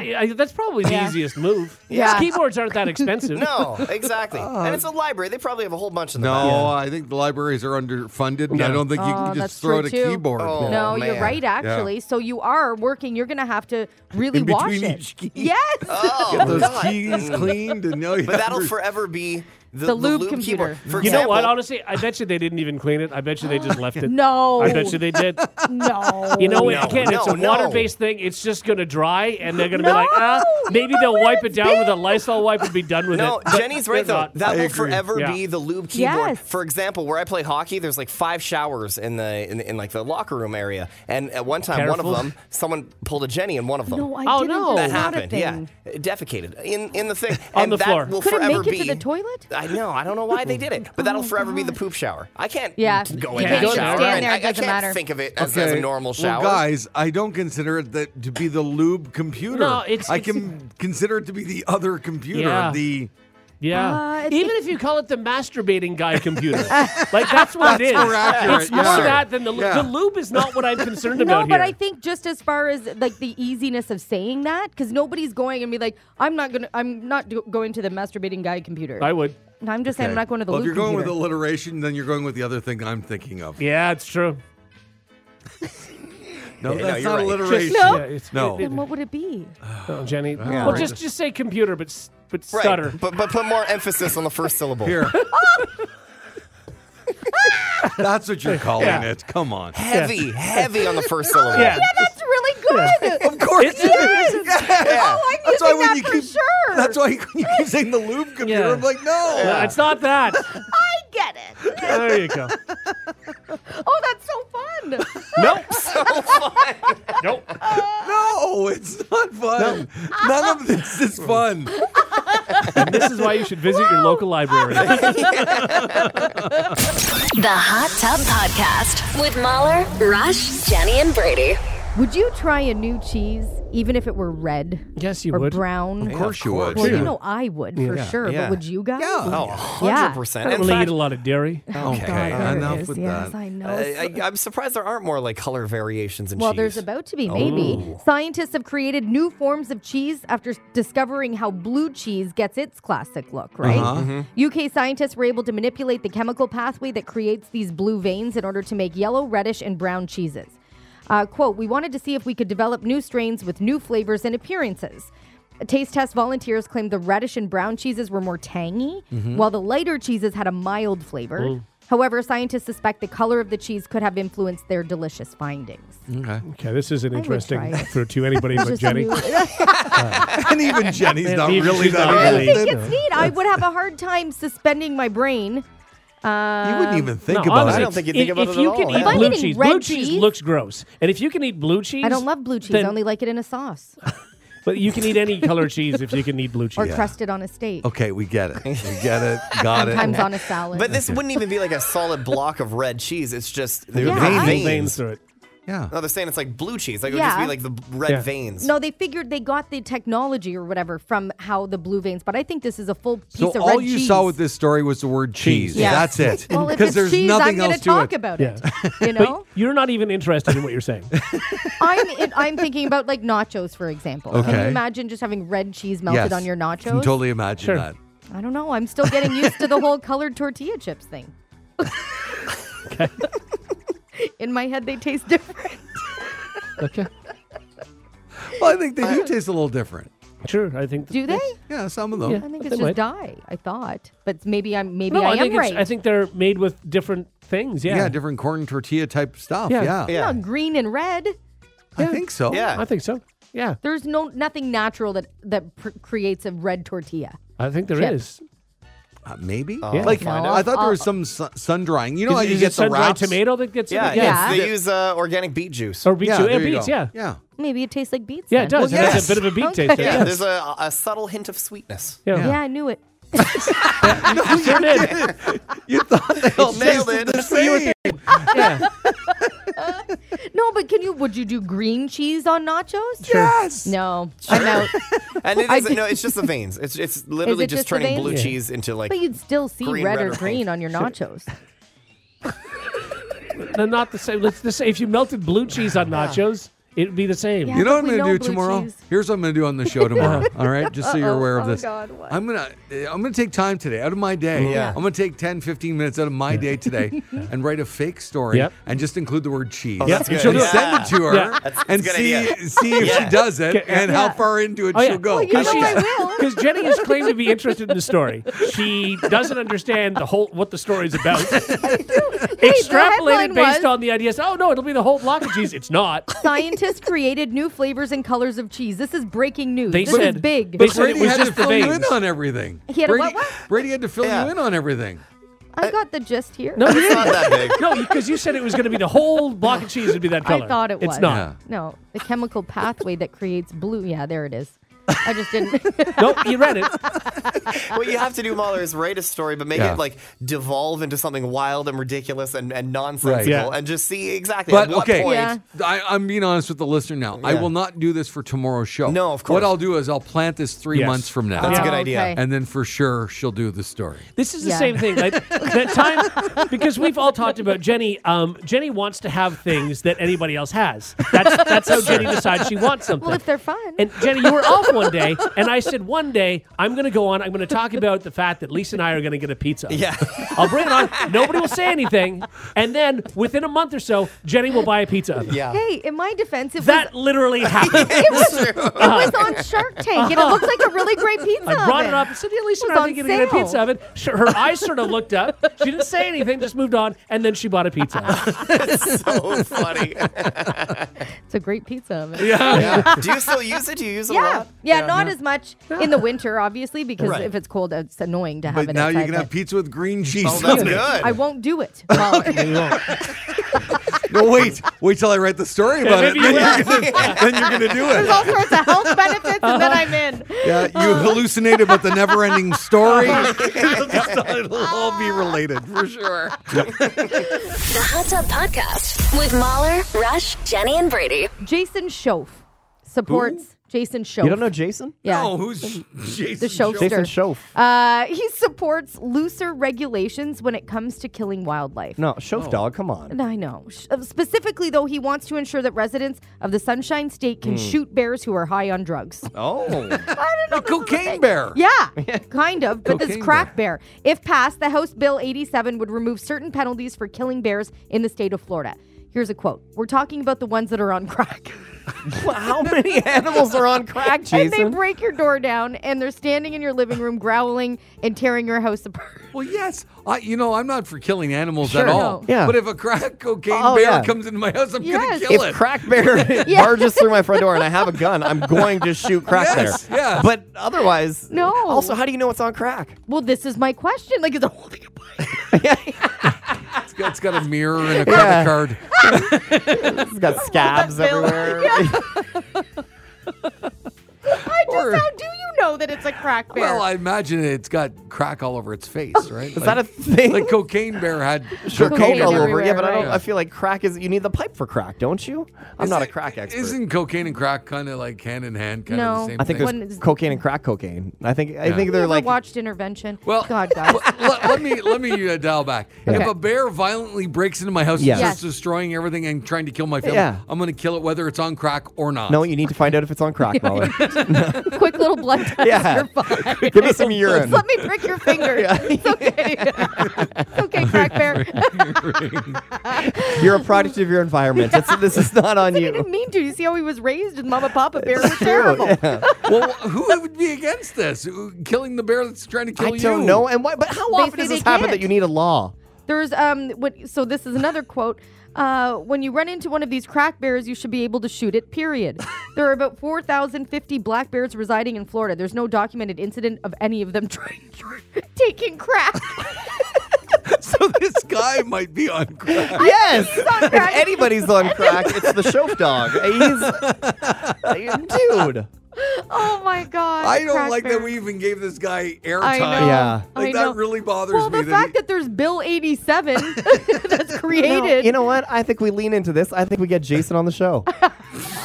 Speaker 3: *laughs* Yeah.
Speaker 4: I- I- that's probably the easiest move.
Speaker 3: *laughs* Yeah.
Speaker 4: keyboards aren't
Speaker 3: *laughs*
Speaker 4: that expensive. *laughs*
Speaker 5: No, exactly.
Speaker 4: Ah.
Speaker 5: and it's a library. They probably have a whole bunch of them.
Speaker 2: No,
Speaker 5: out
Speaker 2: I think the libraries are underfunded, and
Speaker 4: Yeah.
Speaker 2: I don't think you
Speaker 3: Oh,
Speaker 2: can
Speaker 3: that's
Speaker 2: just throw it
Speaker 3: true,
Speaker 2: a
Speaker 3: too.
Speaker 2: keyboard.
Speaker 5: Oh.
Speaker 3: no, you're
Speaker 5: man.
Speaker 3: right, actually. So you are working. You're going to have to really
Speaker 2: In
Speaker 3: wash
Speaker 2: between
Speaker 3: it.
Speaker 2: each key.
Speaker 3: Yes.
Speaker 6: *laughs*
Speaker 4: uh,
Speaker 5: Oh,
Speaker 2: Get those
Speaker 5: God.
Speaker 2: keys cleaned, and *laughs* no, you
Speaker 5: But that'll
Speaker 2: have-
Speaker 5: forever be the,
Speaker 3: The lube
Speaker 5: keyboard.
Speaker 3: computer.
Speaker 5: For
Speaker 4: You know what?
Speaker 5: example-
Speaker 4: Honestly, I bet you they didn't even clean it. I bet you they just left
Speaker 3: *gasps*
Speaker 4: it.
Speaker 3: No.
Speaker 4: I bet you
Speaker 3: *laughs*
Speaker 4: they did.
Speaker 3: No.
Speaker 4: You know,
Speaker 5: No,
Speaker 4: again, it's
Speaker 5: no,
Speaker 4: a
Speaker 5: no.
Speaker 4: water-based thing. It's just going to dry, and they're going to
Speaker 3: No,
Speaker 4: be like, ah,
Speaker 3: you
Speaker 4: maybe
Speaker 3: know
Speaker 4: they'll
Speaker 3: where
Speaker 4: wipe it
Speaker 3: it's
Speaker 4: down with a
Speaker 3: been.
Speaker 4: Lysol wipe and be done with
Speaker 5: No,
Speaker 4: it. But
Speaker 5: Jenny's right
Speaker 4: they're
Speaker 5: though.
Speaker 4: not.
Speaker 5: That will
Speaker 2: agree.
Speaker 5: forever
Speaker 4: Yeah.
Speaker 5: be the lube keyboard.
Speaker 3: Yes.
Speaker 5: For example, where I play hockey, there's like five showers in the in, in like the locker room area, and at one time,
Speaker 4: Careful.
Speaker 5: one of them, someone pulled a Jenny in one of them.
Speaker 3: No, I
Speaker 4: Oh,
Speaker 3: didn't.
Speaker 4: no.
Speaker 3: That's
Speaker 5: that
Speaker 3: not a
Speaker 5: happened.
Speaker 3: thing.
Speaker 5: Yeah, defecated in in the thing.
Speaker 4: On
Speaker 5: and
Speaker 4: the
Speaker 5: that
Speaker 4: floor.
Speaker 5: Will
Speaker 3: Could it
Speaker 5: forever
Speaker 3: make it
Speaker 5: be,
Speaker 3: to the toilet? Oh,
Speaker 5: I know. I don't know why they did it, but that'll forever be the poop shower. I can't
Speaker 3: Yeah.
Speaker 5: go
Speaker 3: You
Speaker 5: in
Speaker 4: can't
Speaker 5: that
Speaker 4: go
Speaker 5: shower.
Speaker 4: there.
Speaker 5: and
Speaker 3: Stand there,
Speaker 5: I,
Speaker 3: it
Speaker 5: I
Speaker 3: doesn't
Speaker 5: can't
Speaker 3: matter.
Speaker 5: think of it as, as a normal shower.
Speaker 2: Well, guys, I don't consider it that to be the lube computer.
Speaker 4: No, it's-
Speaker 2: I
Speaker 4: it's-
Speaker 2: can consider it to be the other computer.
Speaker 4: Yeah.
Speaker 2: The
Speaker 3: Uh,
Speaker 4: Yeah.
Speaker 3: it's-
Speaker 4: Even if you call it the masturbating guy computer, like that's what it is.
Speaker 2: more accurate,
Speaker 4: It's more
Speaker 2: yeah.
Speaker 4: that than the lube.
Speaker 2: Yeah.
Speaker 4: The lube is not what I'm concerned
Speaker 3: No,
Speaker 4: about
Speaker 3: but
Speaker 4: here.
Speaker 3: I think just as far as like the easiness of saying that, because nobody's going and be like, I'm not gonna, I'm not do- going to the masturbating guy computer.
Speaker 4: I would.
Speaker 3: No, I'm just saying I'm not going to the
Speaker 2: well, if
Speaker 3: lube
Speaker 2: you're going with
Speaker 3: computer.
Speaker 2: alliteration, then you're going with the other thing I'm thinking of.
Speaker 4: Yeah, it's true.
Speaker 2: No,
Speaker 5: Yeah, no,
Speaker 2: that's
Speaker 5: you're
Speaker 2: not
Speaker 5: right.
Speaker 2: alliteration.
Speaker 3: No.
Speaker 4: Yeah, it's,
Speaker 2: No.
Speaker 4: it-
Speaker 3: then what would it be?
Speaker 4: it- oh, Jenny.
Speaker 2: Yeah.
Speaker 4: Well, just just say computer, but s- but
Speaker 5: Right,
Speaker 4: stutter.
Speaker 5: But, but put more emphasis on the first syllable.
Speaker 2: *laughs* Here. that's what you're calling
Speaker 4: Yeah.
Speaker 2: it. Come on.
Speaker 5: Heavy, heavy on the first syllable.
Speaker 4: *laughs* Yeah.
Speaker 3: *laughs* That's really good. *laughs*
Speaker 2: Of course.
Speaker 4: It's- Yes!
Speaker 5: Yeah.
Speaker 3: Oh, I'm
Speaker 2: That's why when
Speaker 3: using that
Speaker 2: you
Speaker 3: for
Speaker 2: keep
Speaker 3: sure.
Speaker 2: That's why when you keep saying the lube computer,
Speaker 4: Yeah.
Speaker 2: I'm like, no.
Speaker 4: No, it's
Speaker 5: *laughs*
Speaker 4: not that.
Speaker 3: I get it.
Speaker 4: There you go.
Speaker 3: Oh, that's so fun.
Speaker 4: Nope. Nope.
Speaker 5: *laughs*
Speaker 2: No, it's not fun. None of this *laughs* is fun.
Speaker 4: And this is why you should visit your local library.
Speaker 1: The Hot Tub Podcast with Mahler, Rush, Jenny, and Brady.
Speaker 3: *laughs* would you try a new cheese, even if it were red
Speaker 4: yes, you
Speaker 3: or
Speaker 4: would.
Speaker 3: brown?
Speaker 2: Of course you would.
Speaker 3: Well,
Speaker 4: Yeah.
Speaker 3: you know I would for
Speaker 4: Yeah.
Speaker 3: sure,
Speaker 5: Yeah.
Speaker 3: but would you guys?
Speaker 2: Yeah.
Speaker 5: Oh,
Speaker 3: Yeah.
Speaker 5: 100%.
Speaker 4: I
Speaker 5: In
Speaker 4: don't really
Speaker 5: fact,
Speaker 4: eat a lot of dairy.
Speaker 2: Okay,
Speaker 3: God, there it
Speaker 2: enough
Speaker 3: is.
Speaker 2: with
Speaker 3: yes,
Speaker 2: that.
Speaker 3: I know.
Speaker 5: I, I, I'm surprised there aren't more like color variations in
Speaker 3: Well,
Speaker 5: cheese.
Speaker 3: there's about to be, maybe. Scientists have created new forms of cheese after s- discovering how blue cheese gets its classic look, right? UK scientists were able to manipulate the chemical pathway that creates these blue veins in order to make yellow, reddish, and brown cheeses. Uh, quote, we wanted to see if we could develop new strains with new flavors and appearances. Taste test volunteers claimed the reddish and brown cheeses were more tangy, while the lighter cheeses had a mild flavor. However, scientists suspect the color of the cheese could have influenced their delicious findings.
Speaker 4: Okay, this isn't
Speaker 3: would
Speaker 4: interesting
Speaker 3: try it.
Speaker 4: for to anybody but
Speaker 3: Just
Speaker 4: Jenny.
Speaker 3: new-
Speaker 2: *laughs* And even *laughs* Jenny's not
Speaker 4: even
Speaker 2: really
Speaker 4: she's
Speaker 2: that
Speaker 4: not
Speaker 3: I
Speaker 2: interested.
Speaker 4: really-
Speaker 3: think it's neat. I would have a hard time suspending my brain.
Speaker 2: You wouldn't even think
Speaker 4: No,
Speaker 2: about
Speaker 4: honestly,
Speaker 5: I
Speaker 2: it.
Speaker 5: don't think you think
Speaker 4: if,
Speaker 5: about
Speaker 4: if
Speaker 5: it at
Speaker 4: you can
Speaker 5: all, yeah.
Speaker 4: eat
Speaker 5: If I'm
Speaker 4: blue
Speaker 3: eating
Speaker 4: cheese,
Speaker 3: red
Speaker 4: blue cheese
Speaker 3: cheese-
Speaker 4: looks gross. And if you can eat blue cheese,
Speaker 3: I don't love blue cheese.
Speaker 4: Then-
Speaker 3: I only like it in a sauce
Speaker 4: But you can eat any color cheese if you can eat blue
Speaker 3: or
Speaker 4: cheese.
Speaker 3: crusted on a steak.
Speaker 2: Okay, we get it. We get it. Got
Speaker 3: Sometimes
Speaker 2: it.
Speaker 3: on a salad.
Speaker 5: But this wouldn't even be like a solid block of red cheese. It's just they're
Speaker 3: Yeah,
Speaker 5: veins.
Speaker 3: I-
Speaker 4: Veins. veins through it.
Speaker 5: No,
Speaker 2: Yeah.
Speaker 5: they're saying it's like blue cheese. Like it would
Speaker 3: Yeah.
Speaker 5: just be like the b- red
Speaker 4: Yeah.
Speaker 5: veins.
Speaker 3: no, they figured they got the technology or whatever from how the blue veins. But I think this is a full piece
Speaker 2: So
Speaker 3: of
Speaker 2: all
Speaker 3: red
Speaker 2: you
Speaker 3: cheese.
Speaker 2: saw with this story was the word cheese.
Speaker 3: Yeah.
Speaker 2: That's it. *laughs*
Speaker 3: well, if
Speaker 2: Because
Speaker 3: it's
Speaker 2: there's
Speaker 3: cheese, I'm
Speaker 2: nothing
Speaker 3: gonna
Speaker 2: else
Speaker 3: talk
Speaker 2: to it.
Speaker 3: about
Speaker 4: Yeah.
Speaker 3: it. You know,
Speaker 4: You're not even interested in what you're saying.
Speaker 3: I'm it, I'm thinking about like nachos, for example. Can you
Speaker 2: Okay.
Speaker 3: imagine just having red cheese melted
Speaker 2: Yes.
Speaker 3: on your nachos?
Speaker 2: You can totally imagine
Speaker 4: Sure.
Speaker 2: that.
Speaker 3: I don't know. I'm still getting used to the whole colored tortilla chips thing. *laughs* In my head, they taste different.
Speaker 4: okay.
Speaker 2: Well, I think
Speaker 4: Uh,
Speaker 2: they do taste a little different.
Speaker 4: Sure. I think.
Speaker 3: Do they?
Speaker 2: Yeah, some of them.
Speaker 4: Yeah.
Speaker 3: I think
Speaker 4: They
Speaker 3: it's just
Speaker 4: might.
Speaker 3: dye. I thought, but maybe I'm maybe
Speaker 4: no,
Speaker 3: I,
Speaker 4: I,
Speaker 3: am
Speaker 4: think it's-
Speaker 3: right.
Speaker 4: I think they're made with different things. Yeah.
Speaker 2: Yeah. different corn tortilla type stuff.
Speaker 4: Yeah.
Speaker 2: Yeah.
Speaker 5: Yeah.
Speaker 3: No, green and red.
Speaker 2: I think so.
Speaker 5: Yeah.
Speaker 4: I think so. Yeah.
Speaker 3: There's no nothing natural that that pr- creates a red tortilla.
Speaker 4: I think there
Speaker 3: Chip.
Speaker 4: is.
Speaker 2: Uh, maybe.
Speaker 5: Yeah.
Speaker 2: Like
Speaker 3: No,
Speaker 2: I thought there was
Speaker 3: I'll-
Speaker 2: some sun, sun drying. You know how
Speaker 4: Uh, is,
Speaker 2: you
Speaker 4: is
Speaker 2: get
Speaker 4: it
Speaker 2: the
Speaker 4: sun-dried
Speaker 2: wraps?
Speaker 4: tomato that gets
Speaker 5: Yeah.
Speaker 4: it?
Speaker 5: yeah.
Speaker 3: Yeah.
Speaker 5: They use uh, organic beet juice.
Speaker 4: Or beet,
Speaker 2: Yeah,
Speaker 4: yeah,
Speaker 2: there you
Speaker 4: beets,
Speaker 2: go.
Speaker 4: Oh, yeah.
Speaker 2: yeah.
Speaker 3: Maybe it tastes like beets.
Speaker 4: Yeah, it
Speaker 3: then.
Speaker 4: does.
Speaker 2: Well,
Speaker 4: it has
Speaker 2: yes.
Speaker 4: a bit of a beet
Speaker 3: Okay.
Speaker 4: taste. to it,
Speaker 5: Yeah,
Speaker 4: yes.
Speaker 5: there's a, a subtle hint of sweetness.
Speaker 4: Yeah.
Speaker 3: Yeah. I knew it.
Speaker 4: You sure *laughs* did.
Speaker 2: *laughs* You thought
Speaker 4: *laughs*
Speaker 2: they all
Speaker 5: Nailed
Speaker 2: tasted
Speaker 5: it.
Speaker 2: the same.
Speaker 4: Yeah.
Speaker 3: No, but can you? Would you do green cheese on nachos?
Speaker 2: Yes.
Speaker 3: No, I'm out.
Speaker 5: And it
Speaker 3: I
Speaker 5: isn't,
Speaker 3: did-
Speaker 5: no, it's just the veins. It's it's literally
Speaker 3: it
Speaker 5: just,
Speaker 3: just the
Speaker 5: turning
Speaker 3: veins?
Speaker 5: blue
Speaker 3: Yeah.
Speaker 5: cheese into like.
Speaker 3: But you'd still see
Speaker 5: Green,
Speaker 3: red,
Speaker 5: red,
Speaker 3: or
Speaker 5: or
Speaker 3: green
Speaker 5: pink.
Speaker 3: on your nachos.
Speaker 4: No, not the same. It's the same. If you melted blue cheese on nachos, it'd be the same.
Speaker 3: Yeah.
Speaker 2: You know what I'm
Speaker 3: But we
Speaker 2: going to do
Speaker 3: know blue
Speaker 2: tomorrow?
Speaker 3: cheese.
Speaker 2: Here's what I'm going to do on the show
Speaker 3: *laughs*
Speaker 2: tomorrow. all right, just so you're aware of
Speaker 3: Uh-oh. Oh,
Speaker 2: this.
Speaker 3: God, what?
Speaker 2: I'm going to I'm going to take time today out of my
Speaker 4: Mm-hmm.
Speaker 2: day.
Speaker 5: Yeah.
Speaker 2: I'm going to take 10 15 minutes out of my day
Speaker 4: *laughs*
Speaker 2: today and write a fake story
Speaker 4: Yep. Oh,
Speaker 2: and just include the word cheese.
Speaker 5: Yeah. that's
Speaker 2: And
Speaker 5: good.
Speaker 2: she'll
Speaker 5: Yeah.
Speaker 2: send it to her
Speaker 4: Yeah.
Speaker 5: That's-
Speaker 2: and
Speaker 5: that's a good
Speaker 2: see
Speaker 5: idea.
Speaker 2: see if she
Speaker 5: Yeah.
Speaker 2: does it
Speaker 4: Okay, yeah.
Speaker 2: and how far into it
Speaker 4: Oh, yeah.
Speaker 2: she'll go.
Speaker 4: Well, you
Speaker 2: I
Speaker 3: know
Speaker 2: like
Speaker 3: I
Speaker 2: that.
Speaker 4: *laughs*
Speaker 3: will.
Speaker 4: Because Jenny has claimed to be interested in the story. She doesn't understand the whole what the
Speaker 3: *laughs*
Speaker 4: story's about.
Speaker 3: headline
Speaker 4: Extrapolated based
Speaker 3: was-
Speaker 4: on the ideas. Oh no, it'll be the whole block of cheese. It's not.
Speaker 3: Scientists created new flavors and colors of cheese. This is breaking news.
Speaker 4: They
Speaker 3: this
Speaker 4: said-
Speaker 3: is big.
Speaker 4: they said- it
Speaker 2: Brady
Speaker 4: was
Speaker 2: had
Speaker 4: just
Speaker 2: to
Speaker 4: the
Speaker 2: fill you in
Speaker 4: veins.
Speaker 2: on everything.
Speaker 3: He had a
Speaker 2: Brady,
Speaker 3: what, what?
Speaker 2: Brady had to fill
Speaker 5: Yeah.
Speaker 2: you in on everything.
Speaker 3: I got the gist here.
Speaker 4: No, you
Speaker 5: It's not that
Speaker 4: didn't.
Speaker 5: big.
Speaker 4: No, because you said it was going to be the whole block of cheese would be that color.
Speaker 3: I thought it was.
Speaker 4: It's not.
Speaker 3: No, the chemical pathway that creates blue. Yeah, there it is. I just
Speaker 4: *laughs*
Speaker 3: didn't.
Speaker 4: nope, you read it.
Speaker 5: what you have to do, Mahler, is write a story, but make
Speaker 2: Yeah.
Speaker 5: it like devolve into something wild and ridiculous and, and nonsensical,
Speaker 4: Right. Yeah.
Speaker 5: and just see exactly.
Speaker 2: But
Speaker 5: at what
Speaker 2: okay,
Speaker 5: point,
Speaker 3: Yeah.
Speaker 2: I, I'm being honest with the listener now. I
Speaker 5: Yeah.
Speaker 2: will not do this for tomorrow's show.
Speaker 5: No, of
Speaker 2: What
Speaker 5: course.
Speaker 2: I'll do is I'll plant this three
Speaker 4: Yes.
Speaker 2: months from now,
Speaker 5: That's
Speaker 4: Yeah.
Speaker 5: a good
Speaker 3: Oh,
Speaker 5: idea.
Speaker 3: okay.
Speaker 2: and then for sure she'll do the story.
Speaker 4: This is the
Speaker 3: Yeah.
Speaker 4: same
Speaker 3: *laughs*
Speaker 4: thing. Like that time because we've all talked about Jenny. Um, Jenny wants to have things that anybody else has. That's that's how Jenny decides she wants something.
Speaker 3: Well, if they're fun.
Speaker 4: And Jenny, you were off one day, and I said, one day I'm going to go on. I'm going to talk about the fact that Lisa and I are going to get a pizza.
Speaker 5: *laughs* Yeah.
Speaker 4: I'll bring it on. Nobody will say anything, and then within a month or so, Jenny will buy a pizza oven.
Speaker 5: Yeah.
Speaker 3: *laughs* hey, in my defense, it
Speaker 4: That
Speaker 3: was
Speaker 4: literally happened.
Speaker 3: it was,
Speaker 4: *laughs*
Speaker 3: it was on Shark Tank, and it looked like a really great pizza.
Speaker 4: I brought
Speaker 3: oven.
Speaker 4: it up and said, yeah, Lisa,
Speaker 3: It
Speaker 4: we're
Speaker 3: was
Speaker 4: not
Speaker 3: on
Speaker 4: going to get a
Speaker 3: sale.
Speaker 4: pizza oven. Sure, Her eyes sort of looked up. She didn't say anything, just moved on, and then she bought a pizza. oven.
Speaker 5: so
Speaker 3: *laughs*
Speaker 5: funny.
Speaker 3: It's a great pizza oven.
Speaker 5: Yeah. Do you still use it? Do you use it a
Speaker 3: Yeah,
Speaker 5: lot?
Speaker 3: yeah, not as much in the winter, obviously, because
Speaker 5: Right.
Speaker 3: if it's cold, it's annoying to have
Speaker 2: But
Speaker 3: it.
Speaker 2: now you
Speaker 3: outside,
Speaker 2: can have
Speaker 3: but
Speaker 2: pizza with green cheese.
Speaker 5: Oh, that's
Speaker 2: on it.
Speaker 5: good.
Speaker 3: I won't do
Speaker 4: *laughs*
Speaker 3: it. Mahler.
Speaker 2: *laughs* No, wait, wait till I write the story about it.
Speaker 4: maybe you
Speaker 2: *laughs* Then you're, gonna, then you're gonna do
Speaker 3: There's
Speaker 2: it.
Speaker 3: all sorts of health benefits, and then I'm in.
Speaker 2: Yeah, you hallucinate about the never-ending story. *laughs* It'll all *laughs* be related for sure.
Speaker 1: The Hot Tub Podcast with Mahler, Rush, Jenny, and Brady.
Speaker 3: *laughs* Jason Schoaf supports Jason Schoaf.
Speaker 6: You don't know Jason?
Speaker 3: Yeah.
Speaker 2: No, Oh, who's Jason?
Speaker 3: The
Speaker 2: Schultz?
Speaker 3: Schoafster.
Speaker 6: Jason Schoaf.
Speaker 3: Uh, he supports looser regulations when it comes to killing wildlife.
Speaker 6: No, Schoaf dog. Come on.
Speaker 3: I know. Sh- uh, Specifically, though, he wants to ensure that residents of the Sunshine State can shoot bears who are high on drugs.
Speaker 6: Oh,
Speaker 2: The cocaine bear.
Speaker 3: Yeah, kind of. But this
Speaker 2: Cocaine
Speaker 3: crack bear, if passed, the House Bill 87 would remove certain penalties for killing bears in the state of Florida. Here's a quote We're talking about the ones that are on *laughs* crack.
Speaker 6: *laughs* how many animals are on crack,
Speaker 3: and they
Speaker 6: Jason?
Speaker 3: break your door down and they're standing in your living room growling and tearing your house apart.
Speaker 2: Well, yes. I, you know, I'm not for killing animals at
Speaker 3: Sure.
Speaker 2: all.
Speaker 3: No.
Speaker 6: Yeah.
Speaker 2: But if a crack cocaine
Speaker 6: Oh,
Speaker 2: bear
Speaker 6: yeah.
Speaker 2: comes into my house, I'm
Speaker 3: Yes.
Speaker 2: gonna kill
Speaker 6: if
Speaker 2: it.
Speaker 3: *laughs*
Speaker 6: crack bear
Speaker 3: Yeah.
Speaker 6: barges through my front door and I have a gun, I'm going to shoot crack
Speaker 2: Yes,
Speaker 6: bear.
Speaker 2: yes.
Speaker 6: But otherwise,
Speaker 3: No.
Speaker 6: Also, how do you know it's on crack?
Speaker 3: Well, this is my question. Like, is it holding a
Speaker 2: it's, got, it's got a mirror and a
Speaker 3: *laughs*
Speaker 2: credit
Speaker 6: Yeah.
Speaker 2: card.
Speaker 6: It's got scabs
Speaker 3: bill. *laughs*
Speaker 6: everywhere.
Speaker 2: Or-
Speaker 3: How do you know that it's a crack bear?
Speaker 2: well, I imagine it's got crack all over its face, right?
Speaker 6: Oh, Is that a thing?
Speaker 2: like cocaine bear had
Speaker 6: *laughs* *laughs* Sure,
Speaker 3: Cocaine
Speaker 6: coke all over.
Speaker 3: everywhere,
Speaker 6: Yeah, but I don't.
Speaker 3: right.
Speaker 6: I feel like crack is. You need the pipe for crack, don't you? I'm not a
Speaker 2: Isn't-
Speaker 6: crack expert.
Speaker 2: Isn't cocaine and crack kind of like hand in hand, kind of
Speaker 3: No.
Speaker 2: the same
Speaker 6: I think
Speaker 2: thing?
Speaker 3: One
Speaker 6: there's
Speaker 3: is-
Speaker 6: cocaine and crack cocaine. I think. I think
Speaker 3: You
Speaker 6: they're
Speaker 3: ever
Speaker 6: like.
Speaker 3: watched intervention.
Speaker 2: Well,
Speaker 3: *laughs* God, guys.
Speaker 2: well, let, let me let me uh, dial back. If
Speaker 3: Okay.
Speaker 2: a bear violently breaks into my house
Speaker 6: Yes.
Speaker 2: and starts
Speaker 3: Yes.
Speaker 2: destroying everything and trying to kill my family,
Speaker 6: Yeah.
Speaker 2: I'm going to kill it whether it's on crack or not.
Speaker 6: no, you need to find out if it's
Speaker 3: *laughs*
Speaker 6: on crack, Molly.
Speaker 3: Quick little blood test.
Speaker 6: Yeah.
Speaker 3: You're fine.
Speaker 6: Give
Speaker 3: *laughs*
Speaker 6: me some urine.
Speaker 3: Just let me prick your finger. It's *laughs* okay. it's okay, crack bear.
Speaker 6: You're a product of your environment. It's, this is not on
Speaker 3: I
Speaker 6: you.
Speaker 3: didn't mean to. You see how he was raised with Mama Papa Bear was terrible.
Speaker 2: well, who would be against this? Who- Killing the bear that's trying to kill
Speaker 6: I
Speaker 2: you?
Speaker 6: don't know. And why? But how
Speaker 3: They
Speaker 6: often
Speaker 3: say
Speaker 6: does
Speaker 3: they
Speaker 6: this happen
Speaker 3: can't.
Speaker 6: that you need a law?
Speaker 3: There's um what so this is another quote. Uh, when you run into one of these crack bears, you should be able to shoot
Speaker 2: *laughs*
Speaker 3: it, period. there are about 4,050 black bears residing in Florida. There's no documented incident of any of them *laughs* trying, taking
Speaker 2: *laughs*
Speaker 3: crack.
Speaker 2: So *laughs* this guy might be on crack.
Speaker 6: Yes.
Speaker 3: on
Speaker 6: If
Speaker 3: crack.
Speaker 6: anybody's on crack, it's the Shof
Speaker 3: *laughs*
Speaker 6: dog. He's dude.
Speaker 3: oh my God.
Speaker 2: I don't
Speaker 3: crack
Speaker 2: like
Speaker 3: bear.
Speaker 2: that we even gave this guy
Speaker 3: I know.
Speaker 2: airtime.
Speaker 6: Yeah.
Speaker 2: Like
Speaker 3: I
Speaker 2: that
Speaker 3: know.
Speaker 2: really bothers
Speaker 3: Well,
Speaker 2: me.
Speaker 3: the fact that there's Bill
Speaker 2: *laughs*
Speaker 3: 87 that's
Speaker 6: No,
Speaker 3: created.
Speaker 6: you know what? I think we lean into this. I think we get Jason on the show.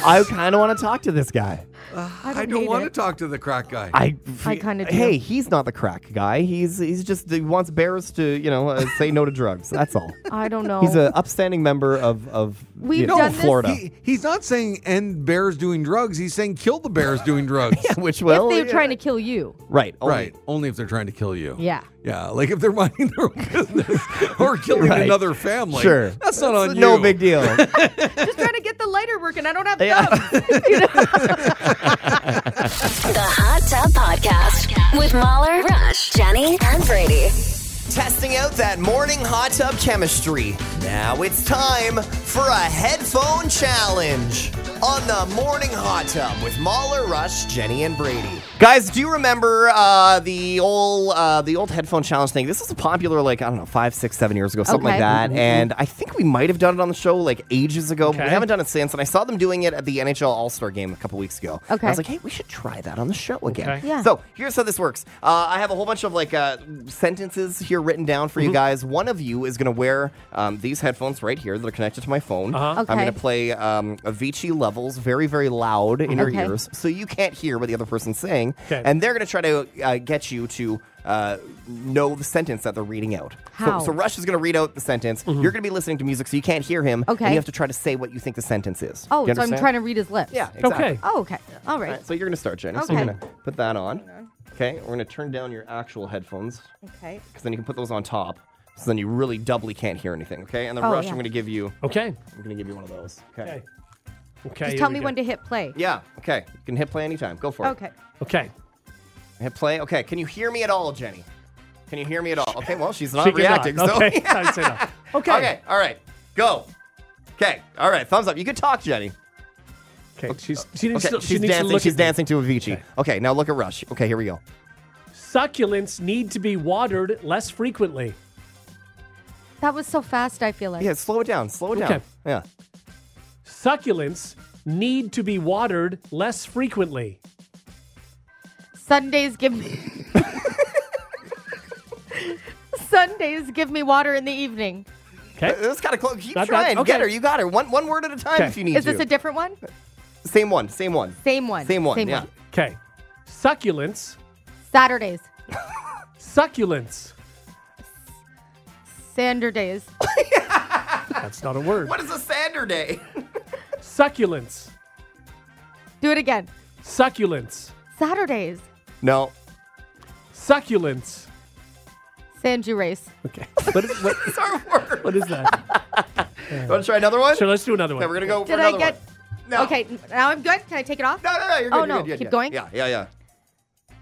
Speaker 6: I kind of want to talk to this guy.
Speaker 2: he, I
Speaker 3: hate
Speaker 2: don't want to
Speaker 3: it.
Speaker 2: talk to the crack guy.
Speaker 6: I,
Speaker 3: I kinda do.
Speaker 6: Hey, he's not the crack guy. He's he's just he wants bears to you know uh, say no to drugs. That's all.
Speaker 3: *laughs* I don't know.
Speaker 6: He's an upstanding member of of
Speaker 3: We've
Speaker 6: you know,
Speaker 3: done this-
Speaker 6: Florida,
Speaker 2: he, he's not saying end bears doing drugs. He's saying kill the bears doing drugs.
Speaker 6: which
Speaker 3: if
Speaker 6: will
Speaker 3: they're
Speaker 6: yeah.
Speaker 3: trying to kill you.
Speaker 6: right only.
Speaker 2: Right. Only if they're trying to kill you.
Speaker 3: Yeah.
Speaker 2: Yeah. Like if they're *laughs* minding their own business or killing
Speaker 6: Right.
Speaker 2: another family.
Speaker 6: Sure,
Speaker 2: That's not on you.
Speaker 6: no big
Speaker 2: *laughs*
Speaker 6: deal.
Speaker 3: Just trying to get the lighter working. I don't have
Speaker 6: *laughs* Yeah.
Speaker 3: thumbs.
Speaker 1: The Hot Tub Podcast with Mahler, Rush, Jenny, and Brady.
Speaker 5: Testing out that morning hot tub chemistry. Now it's time for a headphone challenge on the morning hot tub with Mahler, Rush, Jenny, and Brady.
Speaker 6: Guys, do you remember uh, the old uh, the old headphone challenge thing? This was a popular like I don't know five, six, seven years ago, something
Speaker 3: Okay.
Speaker 6: like that. And I think we might have done it on the show like ages ago. But we
Speaker 4: Okay.
Speaker 6: haven't done it since. And I saw them doing it at the NHL All Star Game a couple weeks ago. And
Speaker 3: Okay.
Speaker 6: I was like, hey, we should try that on the show again.
Speaker 4: Okay.
Speaker 3: Yeah.
Speaker 6: So here's how this works. Uh, I have a whole bunch of like uh, sentences here written down for you
Speaker 4: Mm-hmm.
Speaker 6: guys. One of you is gonna wear um, these headphones right here that are connected to my phone.
Speaker 4: Uh-huh.
Speaker 6: I'm
Speaker 3: Okay.
Speaker 6: gonna play um, Avicii levels very, very loud in your
Speaker 3: Okay.
Speaker 6: ears so you can't hear what the other person's saying.
Speaker 4: Okay.
Speaker 6: And they're going to try to uh, get you to uh, know the sentence that they're reading out. So-
Speaker 3: How?
Speaker 6: So, Rush is going to read out the sentence.
Speaker 4: Mm-hmm.
Speaker 6: You're going to be listening to music, so you can't hear him.
Speaker 3: Okay.
Speaker 6: And you have to try to say what you think the sentence is.
Speaker 3: Oh,
Speaker 6: Do you
Speaker 3: so I'm
Speaker 6: understand?
Speaker 3: trying to read his lips.
Speaker 6: Yeah, exactly.
Speaker 4: Okay.
Speaker 3: Oh, okay. All right.
Speaker 6: All right, so you're going to start, Jenny. So
Speaker 3: Okay.
Speaker 6: you're going to put that on. Okay. We're going to turn down your actual headphones
Speaker 3: Okay.
Speaker 6: because then you can put those on top. So then you really doubly can't hear anything. Okay. And then
Speaker 3: Oh,
Speaker 6: Rush,
Speaker 3: yeah.
Speaker 6: I'm going to give you.
Speaker 4: Okay.
Speaker 6: I'm going to give you one of those.
Speaker 4: Okay.
Speaker 6: Okay.
Speaker 4: Okay.
Speaker 3: Just
Speaker 4: here
Speaker 3: tell
Speaker 4: we
Speaker 3: me
Speaker 4: go.
Speaker 3: when to hit play.
Speaker 6: Yeah. Okay. You can hit play anytime. Go for it.
Speaker 3: Okay.
Speaker 4: Okay.
Speaker 6: Hit play. Okay, can you hear me at all, Jenny? Can you hear me at all? Okay,
Speaker 4: *laughs*
Speaker 6: well, she's not
Speaker 4: She cannot.
Speaker 6: reacting. So. *laughs*
Speaker 4: Okay. I say that. Okay.
Speaker 6: okay, all right. Go. Okay, all right. Thumbs up. You can talk, Jenny.
Speaker 4: Okay. She's she needs
Speaker 6: Okay,
Speaker 4: to, she
Speaker 6: she's
Speaker 4: needs to
Speaker 6: dancing.
Speaker 4: look
Speaker 6: She's
Speaker 4: at me.
Speaker 6: dancing to Avicii. Okay. now look at Rush. Okay, here we go.
Speaker 4: Succulents need to be watered less frequently.
Speaker 3: That was so fast, I feel like.
Speaker 6: Yeah, slow it down. Slow it down.
Speaker 4: Okay.
Speaker 6: Yeah.
Speaker 4: Succulents need to be watered less frequently.
Speaker 3: Sundays give
Speaker 6: *laughs*
Speaker 3: me. Sundays give me water in the evening.
Speaker 4: Okay.
Speaker 6: That's kind of close. Keep
Speaker 4: Not bad.
Speaker 6: trying.
Speaker 4: Okay.
Speaker 6: Get her. You got her. One one word at a time
Speaker 4: Okay.
Speaker 6: if you need
Speaker 3: Is
Speaker 6: to.
Speaker 3: this a different one?
Speaker 6: same one. Same one.
Speaker 3: Same one.
Speaker 6: Same one. yeah.
Speaker 4: Okay. Succulents.
Speaker 3: Saturdays.
Speaker 4: Succulents.
Speaker 3: Saturdays.
Speaker 4: That's not a word.
Speaker 6: What is
Speaker 3: *laughs*
Speaker 6: a Saturday?
Speaker 4: Succulents.
Speaker 3: Do it again.
Speaker 4: Succulents.
Speaker 3: Saturdays.
Speaker 6: no.
Speaker 4: Succulents.
Speaker 3: Sanju race.
Speaker 4: Okay. What is, what,
Speaker 6: It's our word.
Speaker 4: what is
Speaker 6: *laughs*
Speaker 4: that?
Speaker 6: You want to try another one?
Speaker 4: Sure, let's do another one.
Speaker 6: Okay, we're gonna go for
Speaker 3: Did I
Speaker 6: another
Speaker 3: get?
Speaker 6: one. No.
Speaker 3: Okay, n- now I'm good. Can I take it off?
Speaker 6: No, no, no. You're good.
Speaker 3: Oh,
Speaker 6: you're
Speaker 3: no.
Speaker 6: good, you're good,
Speaker 3: Keep
Speaker 6: yeah.
Speaker 3: going?
Speaker 6: Yeah, yeah, yeah.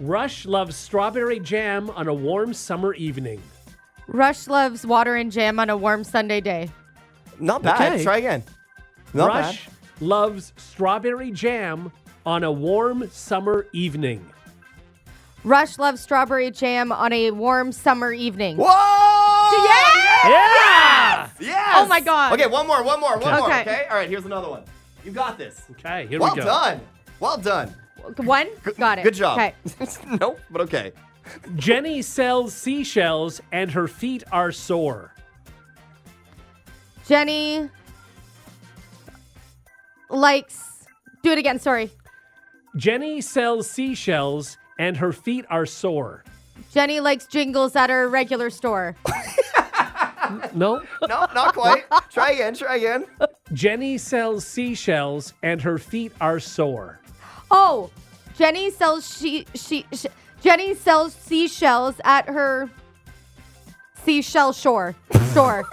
Speaker 4: Rush loves strawberry jam on a warm summer evening.
Speaker 3: Rush loves water and jam on a warm Sunday day.
Speaker 6: Not bad.
Speaker 4: Okay.
Speaker 6: Try again. Not
Speaker 4: Rush loves strawberry jam on a warm summer evening.
Speaker 3: Rush loves strawberry jam on a warm summer evening.
Speaker 6: bad. Whoa!
Speaker 3: Yeah!
Speaker 4: Yeah!
Speaker 6: Yes!
Speaker 3: Oh my God.
Speaker 6: Okay, one more, one more, one more.
Speaker 3: Okay.
Speaker 6: Okay. All right, here's another one. You got this.
Speaker 4: Okay, here
Speaker 6: well
Speaker 4: we go.
Speaker 6: done. Well done.
Speaker 3: One? Got it.
Speaker 6: Good job.
Speaker 3: Okay.
Speaker 6: *laughs* nope, but okay.
Speaker 4: Jenny sells seashells and her feet are sore.
Speaker 3: Jenny likes. Do it again. Sorry.
Speaker 4: Jenny sells seashells and her feet are sore.
Speaker 3: Jenny likes jingles at her regular
Speaker 6: *laughs*
Speaker 3: store.
Speaker 4: No?
Speaker 6: No,
Speaker 3: *laughs*
Speaker 6: not quite. try again, try again.
Speaker 4: Jenny sells seashells and her feet are sore.
Speaker 3: Oh, Jenny sells she she, she Jenny sells seashells at her seashell shore
Speaker 6: *laughs*
Speaker 3: store.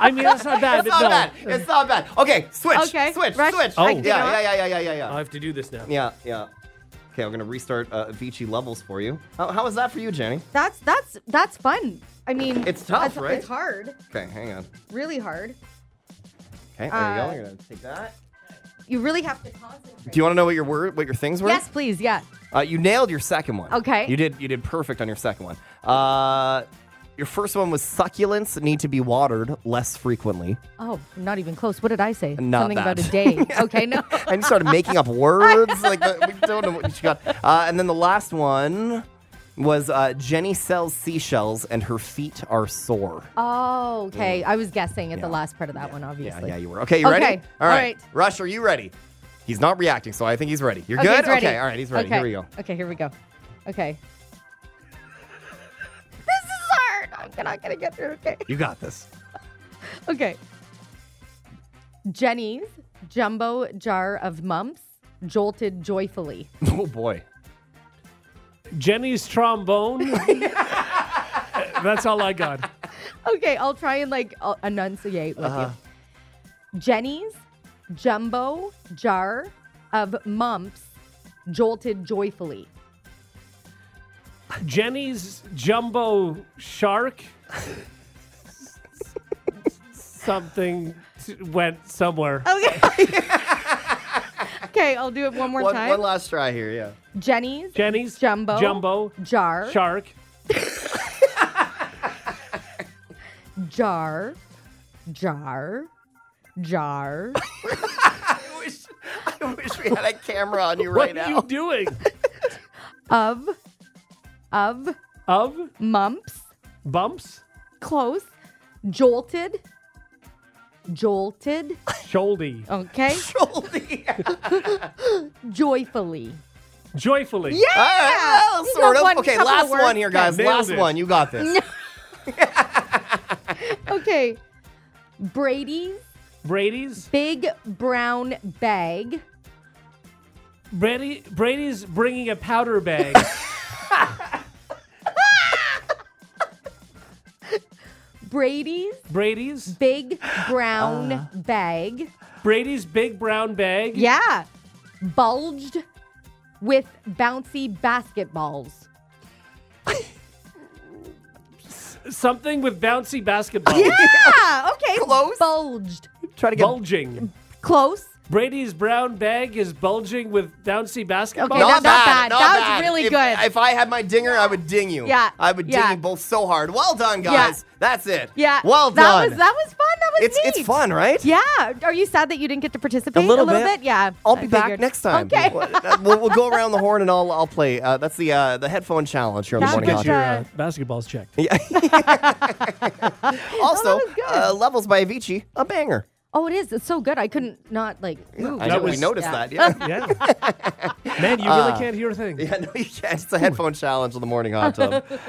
Speaker 4: I mean, that's not bad,
Speaker 6: It's
Speaker 4: but
Speaker 6: not
Speaker 4: no.
Speaker 6: bad. It's not bad. Okay, switch.
Speaker 3: Okay,
Speaker 6: Switch,
Speaker 3: Rush,
Speaker 6: switch.
Speaker 4: I
Speaker 6: yeah,
Speaker 4: can
Speaker 3: do
Speaker 6: yeah,
Speaker 3: it.
Speaker 6: yeah, yeah, yeah, yeah, yeah.
Speaker 4: I have to do this now.
Speaker 6: Oh. yeah, yeah. Okay, I'm gonna restart uh, Avicii levels for you. How, how was that for you, Jenny?
Speaker 3: that's that's that's fun. I mean,
Speaker 6: It's tough,
Speaker 3: that's-
Speaker 6: right?
Speaker 3: It's hard,
Speaker 6: Okay, hang on.
Speaker 3: really hard.
Speaker 6: Okay, there
Speaker 3: Uh,
Speaker 6: you go. You're gonna take that.
Speaker 3: You really have to concentrate.
Speaker 6: Do you want to know what your word, what your things were?
Speaker 3: yes, please. Yeah.
Speaker 6: Uh, you nailed your second one.
Speaker 3: Okay.
Speaker 6: You did. You did perfect on your second one. Uh, your first one was succulents need to be watered less frequently.
Speaker 3: Oh, not even close. What did I say?
Speaker 6: Not
Speaker 3: Something about a
Speaker 6: that. *laughs*
Speaker 3: day. okay, no.
Speaker 6: I just started making up words. like the, we don't know what she got. Uh, and then the last one was uh, Jenny sells seashells and her feet are sore.
Speaker 3: Oh, okay. I was guessing at the
Speaker 6: Yeah.
Speaker 3: last part of that one,
Speaker 6: yeah,
Speaker 3: obviously.
Speaker 6: yeah, you were. Okay, you ready?
Speaker 3: Okay,
Speaker 6: All
Speaker 3: all
Speaker 6: right.
Speaker 3: right.
Speaker 6: Rush, are you ready? He's not reacting, so I think he's ready. You're
Speaker 3: Okay,
Speaker 6: good.
Speaker 3: he's ready.
Speaker 6: Okay, all right, he's ready.
Speaker 3: Okay.
Speaker 6: Here we go. *laughs*
Speaker 3: Okay, here we go. Okay. *laughs* this is hard. I'm not gonna get through. Okay.
Speaker 6: You got this.
Speaker 3: *laughs* Okay. Jenny's jumbo jar of mumps jolted
Speaker 6: *laughs*
Speaker 3: joyfully.
Speaker 6: Oh boy.
Speaker 4: Jenny's
Speaker 6: *laughs*
Speaker 4: trombone. that's all I got.
Speaker 3: Okay, I'll try and like uh, enunciate with
Speaker 6: Uh-huh.
Speaker 3: you. Jenny's jumbo jar of mumps jolted joyfully.
Speaker 4: Jenny's jumbo shark something t- went somewhere.
Speaker 3: Okay, I'll do it one more
Speaker 6: One,
Speaker 3: time.
Speaker 6: one last try here, yeah. *laughs*
Speaker 3: Jenny's
Speaker 4: Jenny's
Speaker 3: Jumbo.
Speaker 4: Jumbo
Speaker 3: jar
Speaker 4: shark
Speaker 3: jar jar jar.
Speaker 6: I wish, I wish we had a camera on you
Speaker 4: what
Speaker 6: right
Speaker 4: are
Speaker 6: now.
Speaker 4: you
Speaker 6: *laughs*
Speaker 4: doing
Speaker 3: of of
Speaker 4: of
Speaker 3: mumps
Speaker 4: bumps
Speaker 3: close jolted jolted
Speaker 4: Joldy.
Speaker 3: okay joyfully
Speaker 4: joyfully
Speaker 6: All right, well,
Speaker 3: He's
Speaker 6: sort
Speaker 3: got
Speaker 6: of.
Speaker 3: one
Speaker 6: okay,
Speaker 3: couple of
Speaker 6: last
Speaker 3: words.
Speaker 6: one here, guys.
Speaker 4: Nailed
Speaker 6: last
Speaker 4: it.
Speaker 6: one. You got this.
Speaker 3: okay brady's
Speaker 4: brady's
Speaker 3: big brown bag
Speaker 4: brady brady's bringing a powder bag
Speaker 3: brady's
Speaker 4: brady's
Speaker 3: big brown bag
Speaker 4: brady's big brown bag
Speaker 3: yeah bulged with bouncy basketballs
Speaker 4: something with bouncy basketball
Speaker 3: yeah okay
Speaker 6: Close.
Speaker 3: bulged
Speaker 6: Try to get.
Speaker 4: bulging
Speaker 3: close
Speaker 4: brady's brown bag is bulging with bouncy basketball
Speaker 3: Okay,
Speaker 6: not
Speaker 3: that's not bad.
Speaker 6: Not
Speaker 3: That was
Speaker 6: bad.
Speaker 3: really
Speaker 6: if,
Speaker 3: good.
Speaker 6: If I had my dinger, I would ding you.
Speaker 3: Yeah,
Speaker 6: I would ding
Speaker 3: yeah.
Speaker 6: you both so hard. Well done, guys. That's it.
Speaker 3: Yeah.
Speaker 6: Well
Speaker 3: That
Speaker 6: done.
Speaker 3: was that was fun. That was
Speaker 6: it's
Speaker 3: neat.
Speaker 6: it's fun, right?
Speaker 3: Yeah. Are you sad that you didn't get to participate
Speaker 6: A little
Speaker 3: bit?
Speaker 6: bit.
Speaker 3: Yeah.
Speaker 6: I'll
Speaker 3: I
Speaker 6: be back
Speaker 3: figured.
Speaker 6: next time.
Speaker 3: Okay.
Speaker 6: we'll, we'll go around the horn and I'll I'll play. Uh, that's the uh, the headphone challenge here on
Speaker 3: That
Speaker 6: the morning.
Speaker 3: was
Speaker 6: Hot
Speaker 4: get
Speaker 3: fun.
Speaker 6: Tub.
Speaker 4: your uh, basketballs checked
Speaker 6: Also,
Speaker 3: Oh, was good.
Speaker 6: uh, levels by Avicii, a banger.
Speaker 3: Oh, it is. It's so good. I couldn't not like move.
Speaker 6: I
Speaker 4: That
Speaker 6: know we
Speaker 4: was-
Speaker 6: noticed
Speaker 3: yeah. *laughs*
Speaker 6: that. Yeah. *laughs*
Speaker 4: yeah man you really can't hear a thing
Speaker 6: Uh, yeah. No, you can't. It's a headphone challenge on the morning
Speaker 3: *laughs*
Speaker 6: hot tub.
Speaker 1: The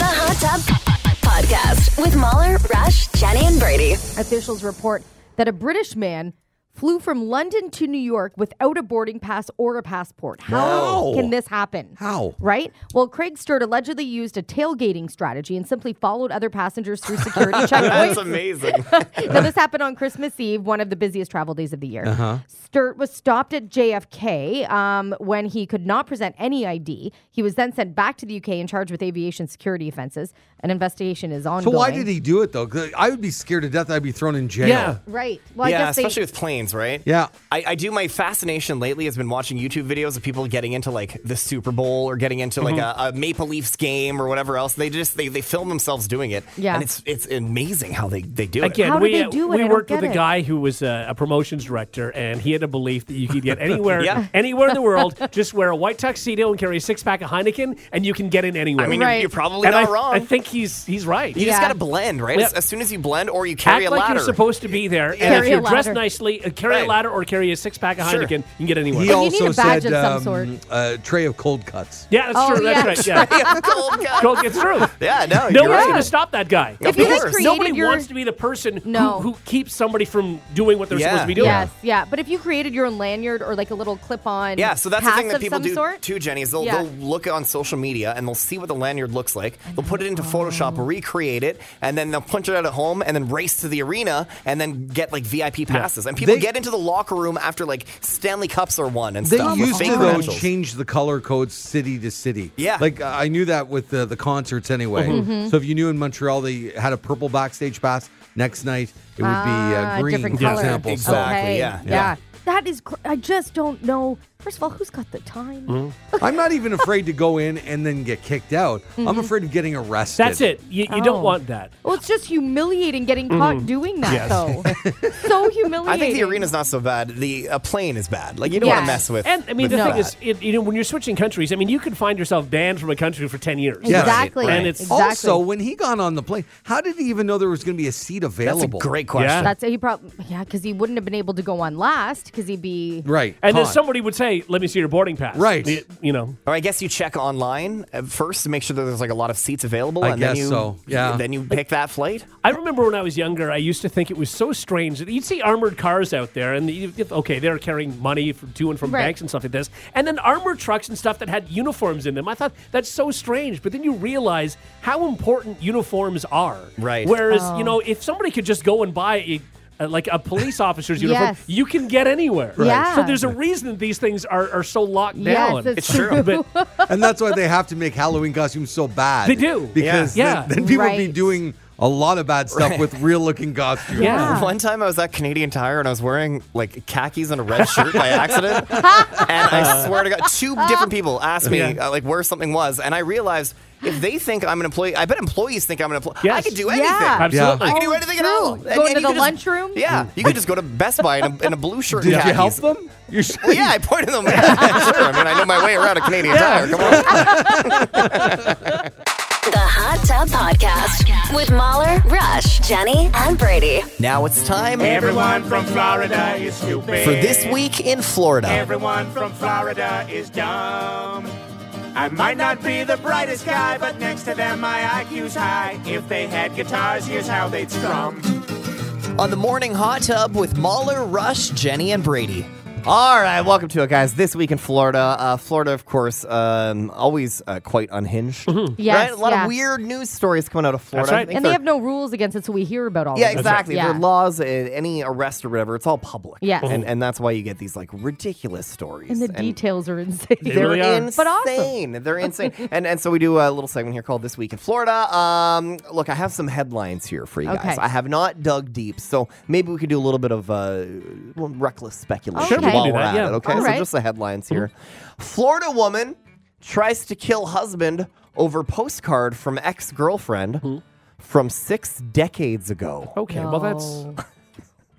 Speaker 1: Hot Tub Podcast with Mahler, Rush, Jenny, and Brady.
Speaker 3: Officials report that a British man flew from London to New York without a boarding pass or a passport. How
Speaker 2: Wow.
Speaker 3: can this happen?
Speaker 2: How?
Speaker 3: Right? Well, Craig Sturt allegedly used a tailgating strategy and simply followed other passengers through
Speaker 6: *laughs*
Speaker 3: security checkpoints.
Speaker 6: That's amazing.
Speaker 3: *laughs* now, this happened on Christmas Eve, one of the busiest travel days of the year.
Speaker 6: Uh-huh.
Speaker 3: Sturt was stopped at JFK um, when he could not present any ID. He was then sent back to the UK and charged with aviation security offenses. An investigation is
Speaker 2: So
Speaker 3: ongoing.
Speaker 2: why did he do it though? 'Cause I would be scared to death. I'd be thrown in jail.
Speaker 4: Yeah.
Speaker 3: Right. Well, I
Speaker 6: yeah,
Speaker 3: guess they.
Speaker 6: especially with planes, right?
Speaker 2: Yeah.
Speaker 6: I, I do my fascination lately has been watching YouTube videos of people getting into like the Super Bowl or getting into like
Speaker 4: Mm-hmm.
Speaker 6: a, a Maple Leafs game or whatever else. They just they, they film themselves doing it.
Speaker 3: Yeah.
Speaker 6: And it's it's amazing how they, they do
Speaker 4: Again,
Speaker 3: How do
Speaker 4: we
Speaker 3: they
Speaker 4: uh,
Speaker 3: do it? I
Speaker 4: we
Speaker 3: don't
Speaker 4: worked with
Speaker 3: get
Speaker 4: a
Speaker 3: it.
Speaker 4: guy who was a, a promotions director, and he had a belief that you could
Speaker 6: *laughs*
Speaker 4: get anywhere,
Speaker 6: Yeah.
Speaker 4: anywhere in the world, just wear a white tuxedo and carry a six pack of Heineken, and you can get in anywhere.
Speaker 6: it. I mean,
Speaker 3: Right.
Speaker 6: you're, you're probably
Speaker 4: and
Speaker 6: not
Speaker 4: I,
Speaker 6: wrong.
Speaker 4: I think he's he's right.
Speaker 6: you
Speaker 3: Yeah.
Speaker 6: just gotta blend, right?
Speaker 4: Yeah.
Speaker 6: As, as soon as you blend or you carry
Speaker 4: Act
Speaker 6: a
Speaker 4: like
Speaker 6: ladder.
Speaker 4: you're
Speaker 6: *laughs*
Speaker 4: supposed to be there, and
Speaker 3: Carry
Speaker 4: if
Speaker 3: a
Speaker 4: you're dressed
Speaker 3: ladder.
Speaker 4: nicely, uh, carry
Speaker 6: Right.
Speaker 4: a ladder or carry a six pack of
Speaker 6: Sure.
Speaker 4: Heineken, you can get anywhere.
Speaker 2: He
Speaker 3: you need
Speaker 2: also
Speaker 3: a badge
Speaker 2: said
Speaker 3: of some
Speaker 2: um,
Speaker 3: sort.
Speaker 2: a tray of cold cuts.
Speaker 4: yeah, that's
Speaker 3: Oh,
Speaker 4: true.
Speaker 3: yeah.
Speaker 4: That's right. *laughs* Yeah, Go- it's true.
Speaker 6: yeah, no,
Speaker 4: No
Speaker 6: Oh, you're
Speaker 4: one's
Speaker 6: right.
Speaker 4: going to stop that guy.
Speaker 6: If Of
Speaker 3: you guys
Speaker 6: course.
Speaker 3: created
Speaker 4: Nobody
Speaker 3: your-
Speaker 4: wants to be the person who-
Speaker 3: No.
Speaker 4: who, keeps somebody from doing what they're
Speaker 6: Yeah.
Speaker 4: supposed to be doing.
Speaker 3: Yes, yeah. But if you created your own lanyard or like a little clip-on,
Speaker 6: Yeah, so that's the
Speaker 3: pass
Speaker 6: thing that
Speaker 3: of
Speaker 6: people
Speaker 3: some
Speaker 6: do
Speaker 3: sort,
Speaker 6: too, Jenny. Is they'll,
Speaker 3: Yeah.
Speaker 6: they'll look on social media and they'll see what the lanyard looks like. They'll put it into
Speaker 3: Oh.
Speaker 6: Photoshop, recreate it, and then they'll punch it out at home and then race to the arena and then get like VIP passes. And people
Speaker 2: They-
Speaker 6: get into the locker room after like Stanley Cups are won and
Speaker 2: They
Speaker 6: stuff. with
Speaker 2: used
Speaker 6: fake
Speaker 2: to though
Speaker 6: credentials.
Speaker 2: change the color codes city to city.
Speaker 6: Yeah. Mm-hmm.
Speaker 2: like uh, I knew that with the, the concerts anyway. So if you knew in Montreal they had a purple backstage pass, next night it would be
Speaker 3: Ah,
Speaker 2: uh, green,
Speaker 3: different
Speaker 2: for
Speaker 3: color.
Speaker 2: example.
Speaker 6: Exactly,
Speaker 3: Okay,
Speaker 6: yeah,
Speaker 3: yeah.
Speaker 2: yeah.
Speaker 3: That is. Cr- I just don't know. First of all, who's got the time?
Speaker 2: So I'm not
Speaker 3: *laughs*
Speaker 2: even afraid to go in and then get kicked out.
Speaker 3: Mm-hmm.
Speaker 2: I'm afraid of getting arrested.
Speaker 4: That's it. You, you
Speaker 3: Oh.
Speaker 4: don't want that.
Speaker 3: Well, it's just humiliating getting caught doing that, though. so humiliating.
Speaker 6: I think the arena's not so bad. The a plane is bad. Like you don't
Speaker 3: Yeah.
Speaker 6: want to mess with.
Speaker 4: And I mean,
Speaker 6: with
Speaker 4: the
Speaker 6: that.
Speaker 4: thing is, it, you know, when you're switching countries, I mean, you could find yourself banned from a country for ten years.
Speaker 2: Yeah.
Speaker 3: Exactly.
Speaker 4: And it's-
Speaker 3: exactly.
Speaker 2: Also, when he got on the plane, how did he even know there was going to be a seat
Speaker 6: that's a
Speaker 2: available?
Speaker 6: great question.
Speaker 4: Yeah.
Speaker 3: that's he probably yeah, because he wouldn't have been able to go on last because he'd be
Speaker 2: right.
Speaker 4: And then
Speaker 2: Con.
Speaker 4: somebody would say, "Let me see your boarding pass."
Speaker 2: Right.
Speaker 4: You, you know,
Speaker 6: Or I guess you check online uh, first to make sure that there's like a lot of seats available,
Speaker 2: I
Speaker 6: and then
Speaker 2: guess
Speaker 6: you
Speaker 2: so, yeah.
Speaker 6: then you pick that flight.
Speaker 4: I remember when I was younger, I used to think it was so strange that you'd see armored cars out there, and you, if- okay, they're carrying money for, to and from
Speaker 3: Right.
Speaker 4: banks and stuff like this, and then armored trucks and stuff that had uniforms in them. I thought that's so strange, but then you realize how important uniforms are.
Speaker 6: Right.
Speaker 4: Whereas,
Speaker 3: Oh.
Speaker 4: you know, if somebody could just go and buy a uh, like a
Speaker 3: *laughs*
Speaker 4: police officer's uniform,
Speaker 3: Yes.
Speaker 4: you can get anywhere.
Speaker 3: Right. Yeah.
Speaker 4: So there's a reason that these things are, are so locked
Speaker 3: Yes,
Speaker 4: down.
Speaker 3: it's It's true. *laughs*
Speaker 4: But
Speaker 2: and that's why they have to make Halloween costumes so bad.
Speaker 4: They do.
Speaker 2: because
Speaker 4: Yeah.
Speaker 2: Then, then people would be
Speaker 3: Right.
Speaker 2: doing a a lot of bad stuff with real looking costumes.
Speaker 4: Yeah.
Speaker 6: One time I was at Canadian Tire and I was wearing like khakis and a red shirt by accident. and I swear to God, two different people asked me
Speaker 4: Yeah.
Speaker 6: uh, like where something was. And I realized if they think I'm an employee, I bet employees think I'm an employee. I
Speaker 4: Yes.
Speaker 6: could do
Speaker 4: Yeah.
Speaker 6: anything.
Speaker 4: Absolutely.
Speaker 6: I can do
Speaker 3: Oh,
Speaker 6: anything at
Speaker 3: true. Go
Speaker 6: all.
Speaker 3: into
Speaker 6: you
Speaker 3: the
Speaker 6: could just-
Speaker 3: lunchroom?
Speaker 6: Yeah. You could just go to Best Buy in a, in a blue shirt.
Speaker 2: Did
Speaker 6: and
Speaker 2: you help
Speaker 6: khakis.
Speaker 2: them? You're
Speaker 6: Well, yeah, I pointed them. sure. I mean, I know my way around a Canadian Tire. Come on.
Speaker 1: The Hot Tub Podcast with Mahler, Rush, Jenny, and Brady.
Speaker 5: Now it's time
Speaker 7: Everyone from Florida is stupid.
Speaker 5: for This Week in Florida.
Speaker 7: Everyone from Florida is dumb. I might not be the brightest guy, but next to them my IQ's high. If they had guitars, here's how they'd strum.
Speaker 5: On the Morning Hot Tub with Mahler, Rush, Jenny, and Brady.
Speaker 6: All right, welcome to it, guys. This week in Florida, uh, Florida, of course, um, always uh, quite unhinged.
Speaker 3: Yes,
Speaker 6: right? A lot
Speaker 3: yeah.
Speaker 6: of weird news stories coming out of Florida.
Speaker 4: right.
Speaker 6: I think
Speaker 3: And they
Speaker 6: they're-
Speaker 3: have no rules against it, so we hear about all
Speaker 6: yeah,
Speaker 3: of it.
Speaker 6: exactly.
Speaker 3: Yeah.
Speaker 6: Their laws, uh, any arrest or whatever, it's all public.
Speaker 3: Yes. Mhm.
Speaker 6: and, and that's why you get these like ridiculous stories.
Speaker 3: And the details are insane.
Speaker 4: They
Speaker 6: They're
Speaker 4: really are.
Speaker 6: insane.
Speaker 3: But awesome. *laughs*
Speaker 6: They're insane. and and so we do a little segment here called This Week in Florida. Um, look, I have some headlines here for you guys.
Speaker 3: Okay.
Speaker 6: I have not dug deep, so maybe we could do a little bit of uh, well, reckless speculation
Speaker 3: Sure, we can
Speaker 6: while
Speaker 4: do
Speaker 6: we're
Speaker 4: that,
Speaker 6: at
Speaker 4: yeah.
Speaker 6: it. Okay,
Speaker 3: All
Speaker 6: so
Speaker 3: right. Mm-hmm.
Speaker 6: just the headlines here. Florida woman tries to kill husband over postcard from ex girlfriend
Speaker 4: Mm-hmm.
Speaker 6: from six decades ago.
Speaker 4: Okay, well, that's.
Speaker 3: No.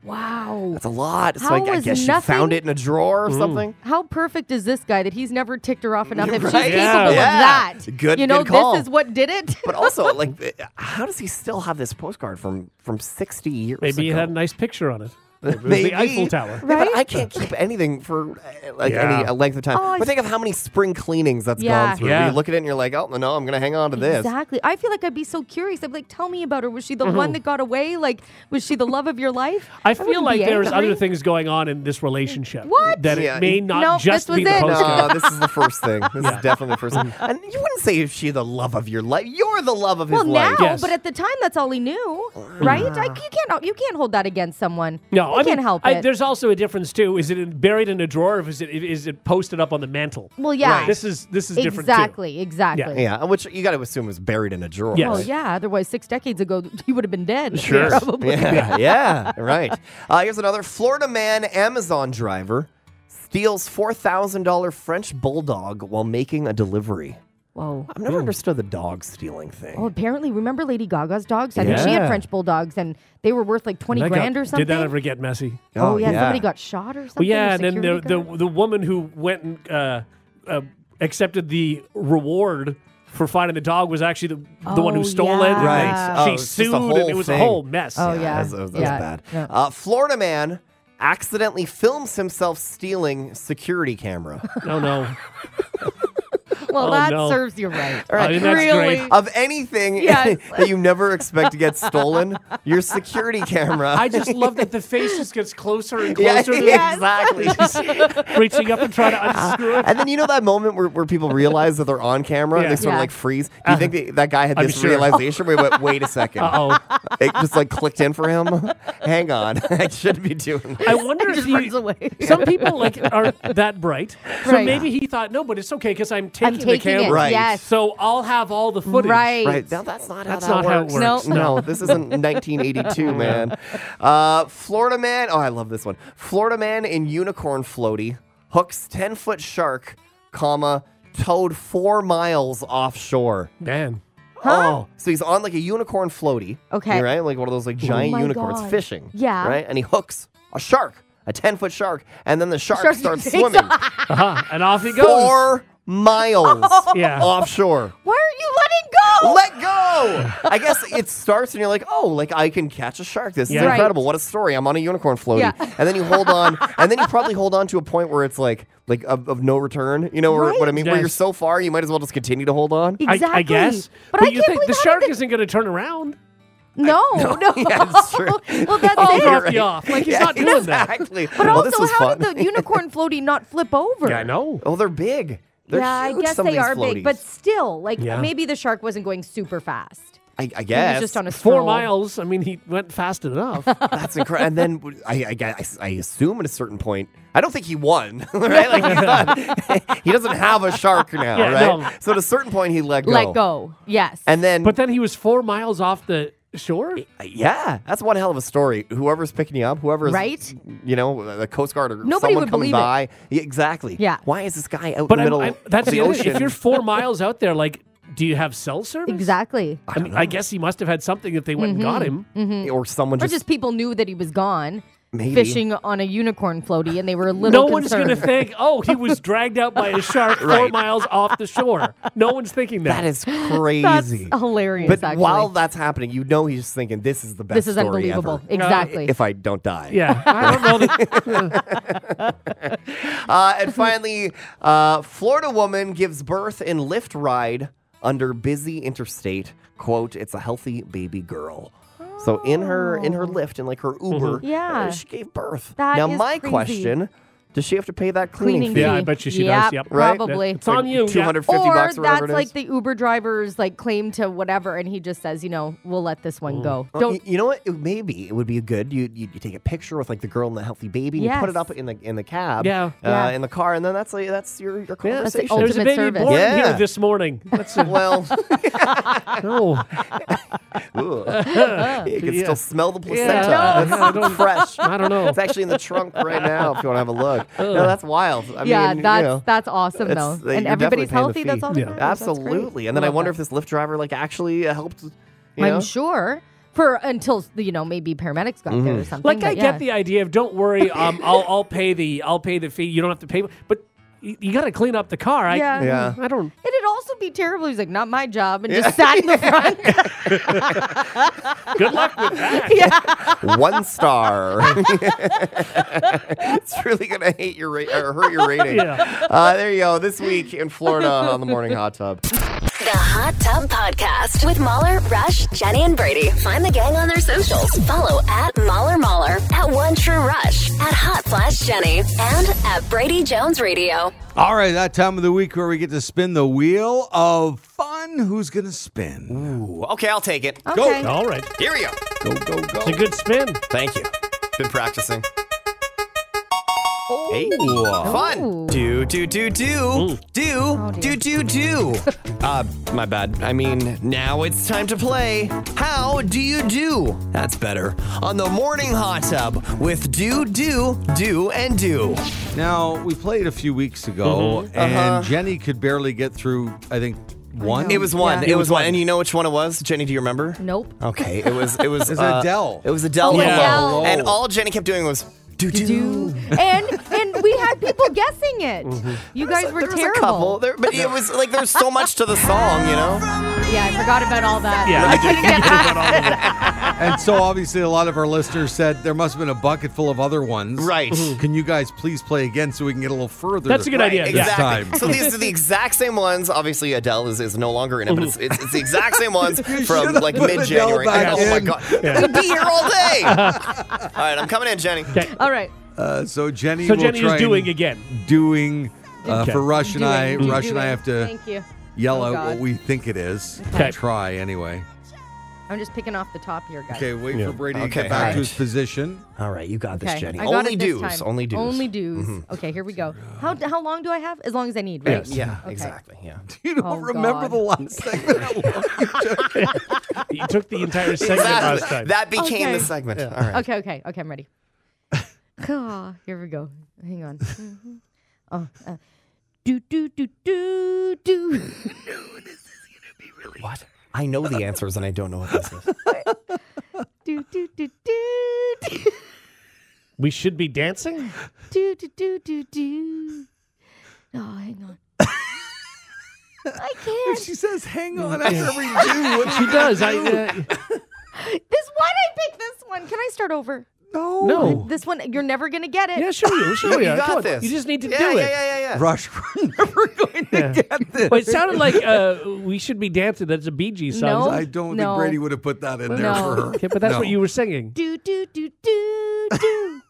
Speaker 3: wow.
Speaker 6: That's a lot. So
Speaker 3: How
Speaker 6: I, I
Speaker 3: was
Speaker 6: guess she
Speaker 3: nothing-
Speaker 6: found it in a drawer or
Speaker 4: Mm.
Speaker 6: something.
Speaker 3: How perfect is this guy that he's never ticked her off enough that she's
Speaker 6: Right.
Speaker 3: capable
Speaker 4: Yeah.
Speaker 3: of
Speaker 6: Yeah.
Speaker 3: that?
Speaker 6: Good-
Speaker 3: You know,
Speaker 6: good call.
Speaker 3: this is what did it.
Speaker 6: But also, like, eh, how does he still have this postcard from from sixty years?
Speaker 4: Maybe it
Speaker 6: ago?
Speaker 4: had a nice picture on it. It was
Speaker 6: oh. *laughs* Maybe.
Speaker 4: the Eiffel Tower.
Speaker 6: Yeah, but I can't keep anything for uh, like any
Speaker 4: Yeah.
Speaker 6: uh, length of time.
Speaker 3: Oh, I
Speaker 6: but think of how many spring cleanings that's
Speaker 3: Yeah.
Speaker 6: gone through.
Speaker 4: Yeah.
Speaker 6: You look at it and you're like, oh no, I'm gonna hang on to this.
Speaker 3: Exactly. I feel like I'd be so curious. I'd be like, tell me about her. Was she the one that got away? Like, was she the love of your life?
Speaker 4: Mm-hmm. I feel
Speaker 3: wouldn't
Speaker 4: like
Speaker 3: be
Speaker 4: there's
Speaker 3: angry.
Speaker 4: other things going on in this relationship.
Speaker 3: What?
Speaker 4: That
Speaker 6: Yeah,
Speaker 4: it may
Speaker 6: you-
Speaker 4: not
Speaker 3: Nope,
Speaker 4: just
Speaker 3: this
Speaker 4: be the
Speaker 3: was it.
Speaker 4: postcard.
Speaker 6: No, this is the
Speaker 4: *laughs*
Speaker 6: first thing. This is definitely the first thing. And you wouldn't say if she the love of your life. You're the love of his
Speaker 3: Well, now,
Speaker 6: life.
Speaker 4: Yes.
Speaker 3: but at the time, that's all he knew, right? I, you can't. You can't hold that against someone.
Speaker 4: No,
Speaker 3: you
Speaker 4: I
Speaker 3: can't
Speaker 4: mean,
Speaker 3: help
Speaker 4: I-
Speaker 3: it.
Speaker 4: There's also a difference too. Is it in- buried in a drawer, or is it is it posted up on the mantle?
Speaker 3: Well, yeah. Right.
Speaker 4: This is this is different. too.
Speaker 3: exactly. Exactly.
Speaker 6: Yeah, which you got to assume is buried in a drawer.
Speaker 4: Yes.
Speaker 3: Well, yeah. Otherwise, six decades ago, *laughs* he would have been dead. *laughs*
Speaker 4: Sure.
Speaker 3: Probably.
Speaker 6: Yeah, *laughs* yeah, right. Uh, here's another Florida man, Amazon driver, steals four thousand dollar French bulldog while making a delivery.
Speaker 3: Whoa.
Speaker 6: I've
Speaker 4: Hmm.
Speaker 6: never understood the dog stealing thing.
Speaker 3: Well, apparently, remember Lady Gaga's dogs? I think she
Speaker 6: Yeah.
Speaker 3: had French bulldogs, and they were worth like twenty
Speaker 4: That got-
Speaker 3: grand or something.
Speaker 4: Did that ever get messy?
Speaker 3: Oh,
Speaker 6: Oh,
Speaker 3: yeah,
Speaker 6: yeah.
Speaker 3: somebody got shot or something.
Speaker 4: Well,
Speaker 3: a
Speaker 4: yeah, and then the,
Speaker 3: security guard?
Speaker 4: the the woman who went and uh, uh, accepted the reward for finding the dog was actually the, the one
Speaker 3: Oh,
Speaker 4: who stole
Speaker 3: yeah.
Speaker 4: it.
Speaker 3: Right.
Speaker 4: She
Speaker 6: Oh, it's just a
Speaker 4: sued, and
Speaker 6: whole
Speaker 4: it was
Speaker 6: thing.
Speaker 4: a whole mess.
Speaker 3: Oh, yeah.
Speaker 6: That's, that's- that's
Speaker 3: Yeah.
Speaker 6: bad.
Speaker 3: Yeah.
Speaker 6: Uh, Florida man accidentally films himself stealing
Speaker 3: *laughs*
Speaker 6: security camera.
Speaker 4: No, no.
Speaker 3: well,
Speaker 4: Oh,
Speaker 3: that
Speaker 4: no.
Speaker 3: serves you
Speaker 4: *laughs*
Speaker 3: right.
Speaker 4: I mean, that's
Speaker 3: really?
Speaker 4: great.
Speaker 6: of anything
Speaker 3: Yes.
Speaker 6: *laughs* that you never expect to get stolen, your security camera.
Speaker 4: I just love that the face just gets closer
Speaker 3: *laughs*
Speaker 4: and
Speaker 6: *laughs* yeah,
Speaker 4: closer
Speaker 6: exactly.
Speaker 4: to reaching up and trying to
Speaker 3: *laughs*
Speaker 4: unscrew it.
Speaker 6: and then you know that moment where, where people realize that they're on camera and
Speaker 4: Yeah.
Speaker 6: they sort
Speaker 3: Yeah.
Speaker 6: of like freeze. Do you think that, that guy had
Speaker 4: I'm
Speaker 6: this
Speaker 4: sure.
Speaker 6: realization where he
Speaker 4: *laughs*
Speaker 6: went, wait a second,
Speaker 4: Uh oh.
Speaker 6: it just like clicked in for him? Hang on, *laughs* I shouldn't be doing this.
Speaker 4: I wonder if
Speaker 3: Just
Speaker 4: he,
Speaker 3: runs away.
Speaker 4: some people like are that bright, so
Speaker 3: Right.
Speaker 4: maybe he thought no, but it's okay because I'm taking,
Speaker 3: I'm taking
Speaker 4: the
Speaker 3: it.
Speaker 4: camera,
Speaker 6: Right.
Speaker 3: Yes.
Speaker 4: so I'll have all the footage.
Speaker 3: Right.
Speaker 6: Right. No, that's not
Speaker 4: That's
Speaker 6: how that
Speaker 4: not how it
Speaker 6: works.
Speaker 4: works,
Speaker 6: No.
Speaker 4: No. *laughs*
Speaker 6: this isn't 1982, man. Uh, Florida man. Oh, I love this one. Florida man in unicorn floaty hooks 10 foot shark, comma, towed four miles offshore.
Speaker 4: man.
Speaker 6: Oh, so he's on like a unicorn floaty.
Speaker 3: Okay. Oh
Speaker 6: Right? Like one of those like giant
Speaker 3: my
Speaker 6: unicorns
Speaker 3: God.
Speaker 6: fishing.
Speaker 3: Yeah.
Speaker 6: Right? And he hooks a shark, a 10 foot shark, and then the shark,
Speaker 3: Shark
Speaker 6: starts
Speaker 3: takes
Speaker 6: swimming
Speaker 4: Uh-huh. And off he goes.
Speaker 6: *laughs* four
Speaker 3: *laughs*
Speaker 6: miles
Speaker 3: Oh.
Speaker 4: Yeah.
Speaker 6: offshore.
Speaker 3: Why are you letting go?
Speaker 6: Let go. I guess it starts and you're like, oh, like I can catch a shark. This
Speaker 4: Yeah.
Speaker 6: is
Speaker 4: Right.
Speaker 6: incredible. What a story. I'm on a unicorn floaty.
Speaker 3: Yeah.
Speaker 6: And then you
Speaker 3: *laughs*
Speaker 6: hold on, and then you probably hold on to a point where it's like, like of, of no return. You know where- what I mean? Where
Speaker 4: Yes.
Speaker 6: you're so far, you might as well just continue to hold on.
Speaker 4: I,
Speaker 3: exactly.
Speaker 4: I guess.
Speaker 3: But, I
Speaker 4: you
Speaker 3: can't
Speaker 4: think
Speaker 3: believe
Speaker 4: the
Speaker 3: how
Speaker 4: shark
Speaker 3: did
Speaker 4: isn't going to turn
Speaker 3: *laughs*
Speaker 4: around?
Speaker 3: they- No,
Speaker 4: *laughs*
Speaker 3: no.
Speaker 6: yeah, it's true.
Speaker 3: *laughs* well, that's
Speaker 4: I'll
Speaker 3: it.
Speaker 4: drop you off. Like he's
Speaker 6: Yeah,
Speaker 4: not doing that.
Speaker 6: exactly.
Speaker 3: But
Speaker 6: well,
Speaker 3: also,
Speaker 6: this was
Speaker 3: how
Speaker 6: fun. *laughs*
Speaker 3: did the unicorn floaty not flip over?
Speaker 4: Yeah, I know.
Speaker 6: oh, they're big. They're
Speaker 3: yeah,
Speaker 6: huge,
Speaker 3: I guess
Speaker 6: some of
Speaker 3: they
Speaker 6: these
Speaker 3: are
Speaker 6: floaties.
Speaker 3: big, but still, like
Speaker 4: Yeah.
Speaker 3: maybe the shark wasn't going super fast.
Speaker 6: I, I
Speaker 3: He was
Speaker 6: guess
Speaker 3: just on a
Speaker 4: Four
Speaker 3: stroll.
Speaker 4: miles. I mean, he went fast
Speaker 3: *laughs*
Speaker 4: enough.
Speaker 6: That's incredible. and then w- I, I guess I assume at a certain point, I don't think he won, *laughs* right? Like he's not, *laughs* he doesn't have a shark now,
Speaker 4: Yeah,
Speaker 6: right?
Speaker 4: no.
Speaker 6: So at a certain point, he let go.
Speaker 3: Let go. Yes.
Speaker 6: And then,
Speaker 4: but then he was four miles off the Sure.
Speaker 6: Yeah, that's one hell of a story. Whoever's picking you up, whoever's
Speaker 3: Right?
Speaker 6: you know, the Coast Guard or
Speaker 3: Nobody
Speaker 6: someone
Speaker 3: would
Speaker 6: coming
Speaker 3: believe it.
Speaker 6: by. Yeah, exactly.
Speaker 3: Yeah.
Speaker 6: Why is this guy out
Speaker 4: But
Speaker 6: in the
Speaker 4: I'm,
Speaker 6: middle
Speaker 4: I'm, that's
Speaker 6: of
Speaker 4: the
Speaker 6: the
Speaker 4: other thing.
Speaker 6: ocean?
Speaker 4: If you're four miles out there, like, do you have cell
Speaker 3: *laughs*
Speaker 4: service?
Speaker 3: Exactly. Mm-hmm.
Speaker 4: I mean, I guess he must have had something if they went and got him.
Speaker 6: or someone
Speaker 3: Or
Speaker 6: just,
Speaker 3: just people knew that he was gone
Speaker 6: Maybe.
Speaker 3: fishing on a unicorn floaty and they were a little
Speaker 4: No one's going to
Speaker 3: concerned.
Speaker 4: think, oh, he was dragged out by a shark four miles off the shore. No one's thinking that.
Speaker 6: that is
Speaker 3: *gasps*
Speaker 6: crazy.
Speaker 3: That's hilarious,
Speaker 6: But
Speaker 3: actually.
Speaker 6: while that's happening, you know he's thinking this is the best.
Speaker 3: this is
Speaker 6: story
Speaker 3: unbelievable.
Speaker 6: ever.
Speaker 3: Exactly.
Speaker 6: If I don't die.
Speaker 3: *laughs*
Speaker 4: yeah. I don't know. that-
Speaker 6: Uh, and finally, uh, Florida woman gives birth in lift ride under busy interstate. Quote: It's a healthy baby girl. So in her in her lift in like her
Speaker 4: Mm-hmm.
Speaker 6: Uber,
Speaker 3: Oh. Yeah.
Speaker 6: uh, she gave birth.
Speaker 3: That
Speaker 6: now
Speaker 3: is
Speaker 6: my
Speaker 3: crazy.
Speaker 6: question: Does she have to pay that
Speaker 3: Cleaning
Speaker 6: cleaning, fee?
Speaker 4: Yeah,
Speaker 3: fee.
Speaker 4: I bet you she
Speaker 3: Yep,
Speaker 4: does. Yep.
Speaker 6: Right?
Speaker 3: Probably.
Speaker 4: It's on you.
Speaker 6: Two
Speaker 4: yeah.
Speaker 6: hundred fifty
Speaker 3: or
Speaker 6: bucks or
Speaker 3: that's
Speaker 6: whatever it
Speaker 3: like
Speaker 6: is.
Speaker 3: the Uber driver's like claim to whatever, and he just says, you know, we'll let this one go.
Speaker 6: Oh,
Speaker 3: Don't
Speaker 6: y- you know what? It- Maybe it would be good. You, you you take a picture with like the girl and the healthy baby. And You put it
Speaker 3: Yes.
Speaker 6: up in the in the cab.
Speaker 4: Yeah.
Speaker 6: Uh,
Speaker 3: Yeah.
Speaker 6: in the car, and then that's like that's your your
Speaker 4: Yeah.
Speaker 3: That's the
Speaker 6: conversation.
Speaker 4: There's a
Speaker 3: ultimate
Speaker 4: baby
Speaker 3: service.
Speaker 4: born
Speaker 6: Yeah.
Speaker 4: here this morning.
Speaker 6: *laughs*
Speaker 4: Oh. That's a,
Speaker 6: well,
Speaker 4: no.
Speaker 6: Ugh. you can
Speaker 4: Yeah.
Speaker 6: still smell the placenta.
Speaker 4: No.
Speaker 6: That's
Speaker 4: Yeah, I don't-
Speaker 6: *laughs* fresh.
Speaker 4: I don't know.
Speaker 6: It's actually in the trunk right now. If you want to have a look, no, that's wild. I
Speaker 3: yeah,
Speaker 6: mean,
Speaker 3: that's
Speaker 6: you know,
Speaker 3: that's awesome
Speaker 6: it's-
Speaker 3: though,
Speaker 6: uh,
Speaker 3: and
Speaker 6: you're
Speaker 3: everybody's
Speaker 6: definitely
Speaker 3: healthy.
Speaker 6: paying the
Speaker 3: That's all. That
Speaker 6: fee.
Speaker 4: Yeah.
Speaker 3: matters. That's great.
Speaker 6: absolutely. And then I
Speaker 3: Love
Speaker 6: wonder
Speaker 3: that.
Speaker 6: if this Lyft driver like actually uh, helped. You know?
Speaker 3: I'm *laughs* sure for until you know maybe paramedics got
Speaker 6: Mm-hmm.
Speaker 3: there or something.
Speaker 4: Like
Speaker 3: but
Speaker 4: I
Speaker 3: yeah.
Speaker 4: get the idea of don't worry, um, I'll I'll pay the I'll pay the fee. You don't have to pay, but you, you got to clean up the car. I,
Speaker 3: Yeah.
Speaker 6: Yeah.
Speaker 4: I don't.
Speaker 3: It'd also be terrible. He's like, not my job, and just sat
Speaker 6: *laughs*
Speaker 3: in the front.
Speaker 4: Good luck with that.
Speaker 6: One star. *laughs* it's really gonna hate your ra- or hurt your rating.
Speaker 4: Yeah.
Speaker 6: Uh, there you go. This week in Florida on the morning hot tub.
Speaker 1: The Hot Tub Podcast with Mahler, Rush, Jenny, and Brady. Find the gang on their socials. Follow at Mahler Mahler, at One True Rush, at Hot Flash Jenny, and at Brady Jones Radio.
Speaker 2: All right, that time of the week where we get to spin the wheel of fun. Who's going to spin?
Speaker 6: Okay, I'll take it.
Speaker 3: Okay.
Speaker 4: All right,
Speaker 6: Here we go.
Speaker 2: Go, go, go.
Speaker 4: it's a good spin.
Speaker 6: Thank you. Been practicing. Hey.
Speaker 3: Ooh.
Speaker 6: Fun. Do, do, do, do. Do,
Speaker 3: dear.
Speaker 6: do, do, do. Uh, my bad. I mean, now it's time to play How Do You Do? That's better. On the morning hot tub with do, do, do, and do.
Speaker 2: Now, we played a few weeks ago,
Speaker 4: Mm-hmm.
Speaker 2: and
Speaker 6: Uh-huh.
Speaker 2: Jenny could barely get through, I think, one.
Speaker 6: It was one.
Speaker 3: Yeah.
Speaker 6: It was one. And you know which one it was? Jenny, do you remember?
Speaker 3: Nope.
Speaker 6: Okay, it was it was
Speaker 2: It was
Speaker 6: uh,
Speaker 2: Adele.
Speaker 6: It was Adele.
Speaker 3: Oh,
Speaker 6: Hello.
Speaker 3: Adele.
Speaker 6: And all Jenny kept doing was do do.
Speaker 3: Do and and we had people guessing it. You guys were
Speaker 6: Mm-hmm. There was
Speaker 3: terrible.
Speaker 6: a couple, there, but it was like there's so much to the song, you know.
Speaker 4: *laughs*
Speaker 3: Yeah, I forgot about all that.
Speaker 4: Yeah, I did- you did that all of it.
Speaker 2: And so, obviously, a lot of our listeners said there must have been a bucket full of other ones.
Speaker 6: Right.
Speaker 2: Can you guys please play again so we can get a little further? Uh,
Speaker 4: That's a Mm-hmm. good idea.
Speaker 2: this
Speaker 4: Yeah.
Speaker 6: exactly.
Speaker 2: time.
Speaker 6: So these are the exact same ones. Obviously, Adele is, is no longer in it, but it's, it's, it's the exact same ones from
Speaker 2: should've
Speaker 6: like
Speaker 2: put Adele
Speaker 6: mid January.
Speaker 2: back
Speaker 6: Oh my
Speaker 2: in.
Speaker 6: god, we'd be here all day. all right, I'm coming in, Jenny.
Speaker 3: All right.
Speaker 2: Uh, so, Jenny
Speaker 4: So
Speaker 2: will
Speaker 4: Jenny
Speaker 2: try
Speaker 4: is
Speaker 2: and
Speaker 4: doing again.
Speaker 2: Doing uh,
Speaker 4: Okay.
Speaker 2: for Rush and I.
Speaker 3: Doing,
Speaker 2: Rush
Speaker 3: doing.
Speaker 2: and I have to
Speaker 3: Thank you.
Speaker 2: yell
Speaker 3: Oh,
Speaker 2: out
Speaker 3: God.
Speaker 2: what we think it is.
Speaker 4: Okay.
Speaker 2: Try anyway.
Speaker 3: I'm just picking off the top here, guys.
Speaker 2: Okay, wait for Brady to
Speaker 6: Okay,
Speaker 2: get back
Speaker 6: all right.
Speaker 2: to his position. *laughs*
Speaker 6: All right, you got
Speaker 3: Okay, I got
Speaker 6: Only
Speaker 3: it this
Speaker 6: dues.
Speaker 3: time.
Speaker 6: Only dues.
Speaker 3: Only dues. Okay, here we go. How how long do I have? As long as I need, right?
Speaker 4: Yes.
Speaker 6: Yeah,
Speaker 3: Okay.
Speaker 6: exactly. Yeah.
Speaker 2: You don't
Speaker 3: Oh,
Speaker 2: remember
Speaker 3: God.
Speaker 2: the last segment.
Speaker 4: You took the entire segment last
Speaker 6: Exactly.
Speaker 4: time.
Speaker 6: That became
Speaker 3: Okay.
Speaker 6: the segment. All right.
Speaker 3: Okay, okay, okay. I'm ready. *laughs* Ah, here we go. Hang on. *laughs* Mhm. oh, uh, do do do do do. *laughs*
Speaker 6: What? I know the answers and I don't know what this is.
Speaker 3: do do do do do *laughs*
Speaker 4: we should be dancing.
Speaker 3: do do do do do. Oh, hang on. I can't.
Speaker 2: she says, "Hang on after *laughs* every do." What
Speaker 4: She does. I, uh,
Speaker 3: This one, I picked this one. Can I start over?
Speaker 2: no.
Speaker 4: *laughs* no.
Speaker 3: This one, you're never gonna get it.
Speaker 4: Yeah, sure you. Sure
Speaker 6: You
Speaker 4: you. Come
Speaker 6: got
Speaker 4: on.
Speaker 6: this.
Speaker 4: You just need to
Speaker 6: yeah,
Speaker 4: do it.
Speaker 6: Yeah, yeah, yeah, yeah.
Speaker 2: Rush, we're never going to get this.
Speaker 4: Well, it sounded like uh, we should be dancing. That's a Bee Gees song.
Speaker 3: No.
Speaker 4: Is
Speaker 2: I don't
Speaker 3: No.
Speaker 2: think Brady would have put that in there
Speaker 3: No.
Speaker 2: for her.
Speaker 4: that- Okay, but that's
Speaker 2: No.
Speaker 4: what you were singing.
Speaker 3: do do do do do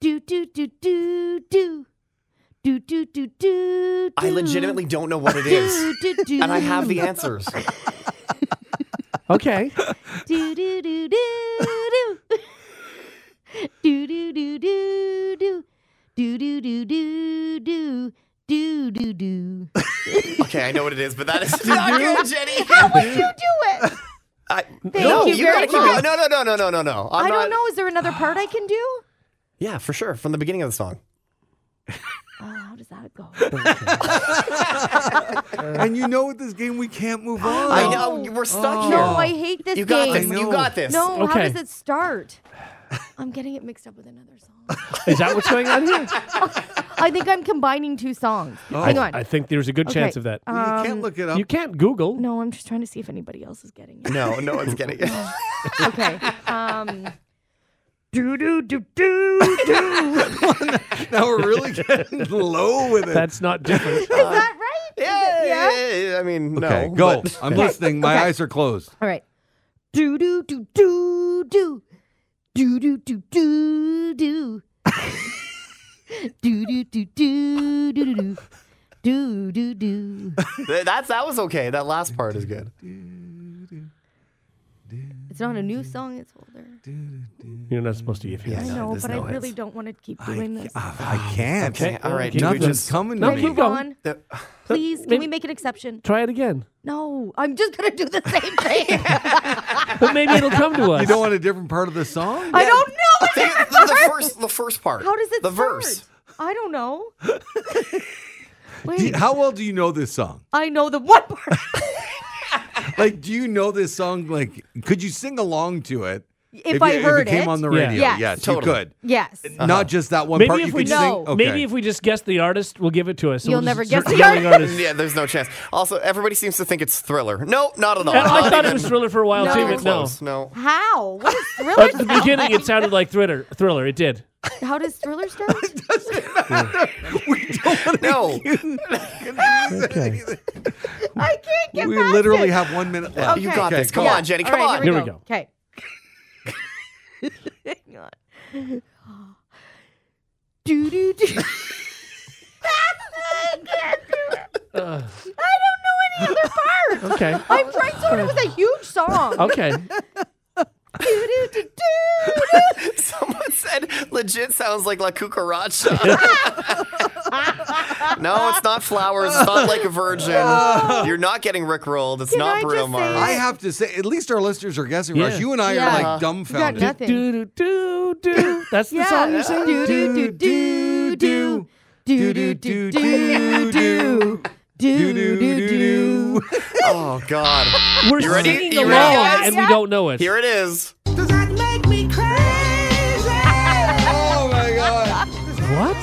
Speaker 3: do do do do do do do do do.
Speaker 6: I
Speaker 3: do.
Speaker 6: legitimately don't know what it is.
Speaker 3: do do
Speaker 6: *laughs* And I have the answers.
Speaker 4: Okay.
Speaker 3: do do do do do do do do do do do do do do do do do.
Speaker 6: *laughs*
Speaker 3: *laughs*
Speaker 6: Okay, I know what it is, but that is not good, Jenny. *laughs*
Speaker 3: How would you do it?
Speaker 6: I,
Speaker 3: Thank
Speaker 6: no,
Speaker 3: you very
Speaker 6: gotta keep going.
Speaker 3: much.
Speaker 6: No, no, no, no, no, no, no. I'm
Speaker 3: I
Speaker 6: not,
Speaker 3: don't know. Is there another part I can do?
Speaker 6: Yeah, for sure. From the beginning of the song.
Speaker 3: Oh, how does that go?
Speaker 2: *laughs* and you know, with this game, we can't
Speaker 3: *gasps*
Speaker 2: move on.
Speaker 6: I know we're stuck here.
Speaker 3: Oh. No, I hate this
Speaker 6: you got
Speaker 3: game.
Speaker 6: this.
Speaker 2: I
Speaker 6: You
Speaker 2: know.
Speaker 6: got this.
Speaker 3: No, how
Speaker 4: Okay.
Speaker 3: does it start? I'm getting it mixed up with another song.
Speaker 4: Is that what's going on here?
Speaker 3: I think I'm combining two songs. Hang on.
Speaker 4: I think there's a good
Speaker 3: Okay. um,
Speaker 4: chance of that.
Speaker 2: You can't look it up.
Speaker 4: you can't Google.
Speaker 3: no, I'm just trying to see if anybody else is getting it.
Speaker 6: No, no one's getting it.
Speaker 3: *laughs* Okay. Um. *laughs* Do do do do do.
Speaker 2: *laughs*
Speaker 3: Is
Speaker 2: now we're really getting *laughs* low with it.
Speaker 4: That's not different.
Speaker 3: that right? *laughs* Is it-
Speaker 6: yeah,
Speaker 3: yeah.
Speaker 6: yeah, yeah, I mean, no.
Speaker 2: okay, go.
Speaker 6: but-
Speaker 2: I'm listening. My eyes are closed.
Speaker 3: All right. Do do do do do do do do do *laughs* do do do do do do do do do do.
Speaker 6: *laughs* Th- That's that was okay. That last part is good.
Speaker 3: It's not a new song. It's older.
Speaker 4: You're not supposed to give
Speaker 3: I
Speaker 4: hints.
Speaker 3: know,
Speaker 6: there's
Speaker 3: but
Speaker 6: no
Speaker 3: I uh, really
Speaker 6: hits.
Speaker 3: don't want to keep doing this.
Speaker 2: Ah, I can't.
Speaker 6: Okay, all right.
Speaker 4: Okay.
Speaker 6: do we
Speaker 2: Nothing's
Speaker 6: just-
Speaker 2: coming
Speaker 4: No,
Speaker 2: to
Speaker 3: Can I
Speaker 2: me.
Speaker 4: keep
Speaker 3: move
Speaker 4: going.
Speaker 3: on?
Speaker 6: the- *laughs*
Speaker 3: Please, can
Speaker 4: maybe-
Speaker 3: we make an exception?
Speaker 4: Try it again.
Speaker 3: No, I'm just gonna
Speaker 2: *laughs*
Speaker 3: do the same thing.
Speaker 4: But maybe it'll come to us.
Speaker 2: You don't want a different part of the song?
Speaker 3: I don't know.
Speaker 6: the,
Speaker 3: *laughs*
Speaker 6: the- the first, the first part.
Speaker 3: How does it
Speaker 6: The
Speaker 3: start?
Speaker 6: verse.
Speaker 3: I
Speaker 2: *laughs*
Speaker 3: don't know.
Speaker 2: Do
Speaker 3: Wait,
Speaker 2: you- how well do you know this song?
Speaker 3: I know the one part.
Speaker 2: Like, do you know this song? Like, could you sing along to it?
Speaker 3: If I heard
Speaker 2: *laughs* if it came
Speaker 3: it.
Speaker 2: on the
Speaker 4: Yeah.
Speaker 2: radio,
Speaker 3: Yes.
Speaker 2: yes, you
Speaker 6: Totally. Uh-huh.
Speaker 2: could.
Speaker 3: yes.
Speaker 2: Not just that one
Speaker 4: Maybe
Speaker 2: part.
Speaker 4: if
Speaker 2: you
Speaker 4: we
Speaker 2: could
Speaker 3: just-
Speaker 2: sing.
Speaker 3: No.
Speaker 2: Okay.
Speaker 4: Maybe if we just guess the artist, we'll give it to us. So
Speaker 3: You'll
Speaker 4: we'll
Speaker 3: never
Speaker 4: just
Speaker 3: guess
Speaker 4: start
Speaker 3: the
Speaker 4: yelling
Speaker 3: *laughs*
Speaker 4: artist.
Speaker 6: Yeah, there's no chance. Also, everybody seems to think it's Thriller. No, not at all.
Speaker 4: And *laughs* I thought it
Speaker 6: even
Speaker 4: was Thriller for a while
Speaker 3: No.
Speaker 4: too, but no.
Speaker 6: close. No.
Speaker 3: How?
Speaker 2: *laughs*
Speaker 3: What is thriller?
Speaker 4: At the beginning, it sounded like Thriller. Thriller, it did.
Speaker 3: How does
Speaker 2: *laughs*
Speaker 3: thriller start?
Speaker 6: No.
Speaker 2: *laughs*
Speaker 4: Okay.
Speaker 3: I can't get
Speaker 2: we
Speaker 3: past
Speaker 2: literally
Speaker 3: it.
Speaker 2: have one minute left.
Speaker 6: You got this. Come
Speaker 3: Yeah.
Speaker 6: on, Jenny.
Speaker 3: All
Speaker 6: Come
Speaker 3: right,
Speaker 6: on.
Speaker 4: Here we go.
Speaker 3: Okay. *laughs* Hang on. *gasps* Do do do. I can't do it. I don't know any other part.
Speaker 4: Okay.
Speaker 3: I'm trying to. It was a huge song.
Speaker 4: Okay.
Speaker 3: Do, do, do, do.
Speaker 6: *laughs* Someone said legit sounds like La *laughs* Cucaracha. no, it's not flowers. It's not like a virgin. You're not getting rickrolled. It's
Speaker 3: Can
Speaker 6: not
Speaker 3: I just
Speaker 6: Bruno
Speaker 3: say-
Speaker 6: Mars.
Speaker 2: I have to say, at least our listeners are guessing,
Speaker 4: Yeah.
Speaker 2: Rush. You and I
Speaker 3: Yeah.
Speaker 2: are like
Speaker 3: You got
Speaker 2: dumbfounded.
Speaker 3: *laughs* nothing.
Speaker 4: Do do do do. That's the song you
Speaker 3: *laughs*
Speaker 4: sang.
Speaker 3: Do do do do do do do do do do do do do.
Speaker 6: oh, God.
Speaker 4: We're
Speaker 6: You ready?
Speaker 4: singing
Speaker 6: You
Speaker 4: along,
Speaker 6: ready, guys?
Speaker 4: and we don't know it.
Speaker 6: Here it is.
Speaker 2: Oh my god!
Speaker 4: What?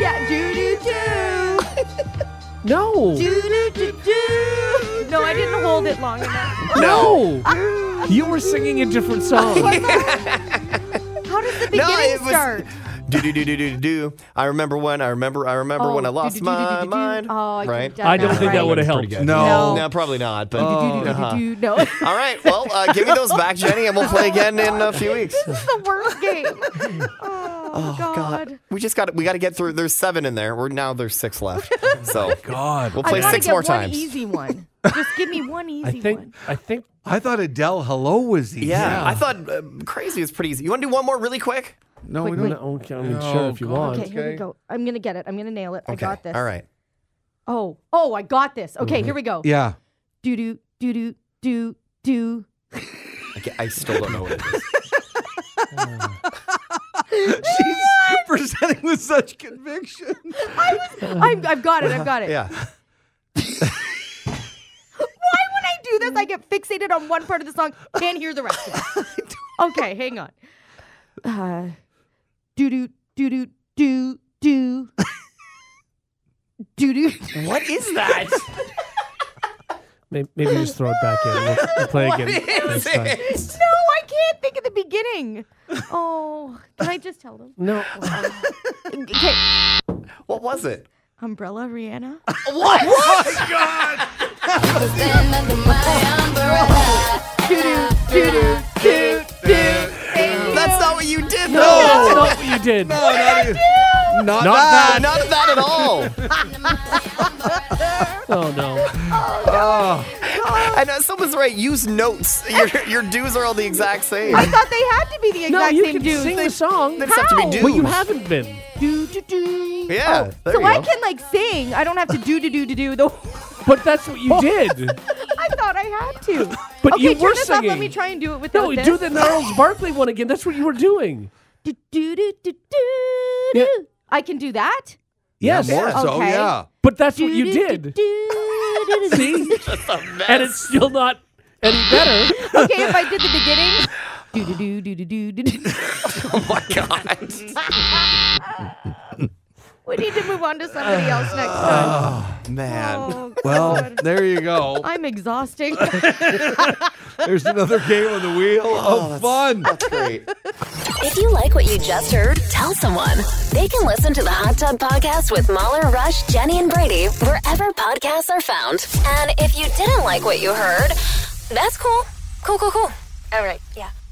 Speaker 3: Yeah, do do do
Speaker 4: No.
Speaker 3: do do do do. No, I didn't hold it long enough.
Speaker 4: No. *laughs* You were singing
Speaker 3: *laughs*
Speaker 4: a different song.
Speaker 3: How does the
Speaker 6: No,
Speaker 3: beginning
Speaker 6: it was-
Speaker 3: start?
Speaker 6: Do do do do do do. I remember when. I remember. I remember when I
Speaker 3: Oh,
Speaker 6: lost my
Speaker 3: do-do-do-do-do-do.
Speaker 6: mind.
Speaker 3: Oh, I could've
Speaker 6: right.
Speaker 3: done
Speaker 4: I don't think
Speaker 3: Right.
Speaker 4: that would have helped.
Speaker 6: Pretty good.
Speaker 2: No.
Speaker 6: No, probably not. But uh-huh.
Speaker 3: Do-do-do-do-do. No, *laughs* this
Speaker 6: all right. Well, uh, give me those back, Jenny, and we'll play again in a few weeks.
Speaker 3: *laughs* is the worst game. Oh God.
Speaker 6: We just got. We got to get through. There's seven in there. We're now there's
Speaker 3: *laughs*
Speaker 6: six left. So
Speaker 2: God,
Speaker 6: we'll
Speaker 3: Oh I
Speaker 6: play
Speaker 3: gotta
Speaker 6: six
Speaker 3: get
Speaker 6: more
Speaker 3: one
Speaker 6: times.
Speaker 3: easy one. Just give me one
Speaker 4: I
Speaker 3: easy one.
Speaker 4: think. I think.
Speaker 2: I thought Adele "Hello" was easy.
Speaker 6: Yeah, I thought uh, crazy was pretty easy. You want to do one more really quick?
Speaker 2: No, we
Speaker 3: Wait,
Speaker 2: don't.
Speaker 3: wait.
Speaker 2: know.
Speaker 4: No, okay, I mean,
Speaker 2: Oh,
Speaker 4: sure, if you want.
Speaker 3: Okay, here we go. I'm gonna get it. I'm gonna nail it. I got this.
Speaker 6: All right.
Speaker 3: Oh, oh, I got this. Okay, here we go. *laughs*
Speaker 2: Yeah.
Speaker 3: Do do do do do do.
Speaker 6: I, ca- I still don't know what it is.
Speaker 2: She's presenting with such conviction.
Speaker 3: I'm, I've got it. I've got it.
Speaker 6: Yeah.
Speaker 3: Why when I do this, I get fixated on one part of the song, can't hear the rest. Of it. okay, hang on. Uh, do do do do do do. Do do.
Speaker 6: *laughs* What is *laughs* that?
Speaker 4: Maybe, maybe just throw it back in. We'll, we'll
Speaker 2: *laughs*
Speaker 4: play again next time.
Speaker 3: *laughs* No, I can't think of the beginning. Oh, can I just tell them? Um,
Speaker 4: No.
Speaker 3: Okay,
Speaker 6: What was it?
Speaker 3: Umbrella,
Speaker 4: *laughs*
Speaker 3: Rihanna.
Speaker 6: Oh *laughs* That's not what you did.
Speaker 4: That's
Speaker 6: though.
Speaker 4: not what you did.
Speaker 2: No, Oh, not, even- not
Speaker 4: Not
Speaker 2: that.
Speaker 6: Not that at all.
Speaker 4: *laughs* Oh
Speaker 6: *laughs*
Speaker 4: no.
Speaker 6: And uh, someone's right. Use notes. *laughs* Your your dues are all the exact *laughs* same.
Speaker 3: I thought they had to be the
Speaker 4: No,
Speaker 3: exact
Speaker 4: you
Speaker 3: same
Speaker 4: can
Speaker 3: dudes.
Speaker 4: sing the song.
Speaker 6: They just have to be dudes.
Speaker 4: But you haven't been.
Speaker 3: do do do.
Speaker 6: Yeah,
Speaker 3: Oh,
Speaker 6: there
Speaker 3: so
Speaker 6: you
Speaker 3: I
Speaker 6: go.
Speaker 3: can like sing. I don't have to do do do do do. The *laughs*
Speaker 6: Oh. *laughs*
Speaker 4: But that's what you did. *laughs*
Speaker 3: I thought I I had to.
Speaker 4: But
Speaker 3: okay,
Speaker 4: you
Speaker 3: turn
Speaker 4: were
Speaker 3: this off. Let
Speaker 4: singing.
Speaker 3: me try and do it without
Speaker 4: No,
Speaker 3: this.
Speaker 4: do the Gnarls Barkley one again. That's what you were doing.
Speaker 3: Do, do, do, do, do,
Speaker 4: Yeah.
Speaker 3: do. I can do that.
Speaker 4: Yes.
Speaker 2: More so,
Speaker 3: Okay.
Speaker 2: yeah.
Speaker 4: But that's what
Speaker 3: Do,
Speaker 4: you
Speaker 3: do, do,
Speaker 4: did.
Speaker 3: do, do,
Speaker 6: *laughs*
Speaker 3: do.
Speaker 4: *laughs* See? And it's still not any better.
Speaker 6: *laughs*
Speaker 3: okay, if I did the beginning. Do, do, do, do, do, do, do, do. We need to move on to somebody else next time.
Speaker 6: Man.
Speaker 3: Oh,
Speaker 2: Well,
Speaker 3: God.
Speaker 2: there you go.
Speaker 3: *laughs* I'm exhausting.
Speaker 2: There's another game on the wheel of fun.
Speaker 6: That's great.
Speaker 1: If you like what you just heard, tell someone. They can listen to the Hot Tub Podcast with Mahler, Rush, Jenny, and Brady wherever podcasts are found. And if you didn't like what you heard, that's cool. Cool, cool, cool. All right, yeah.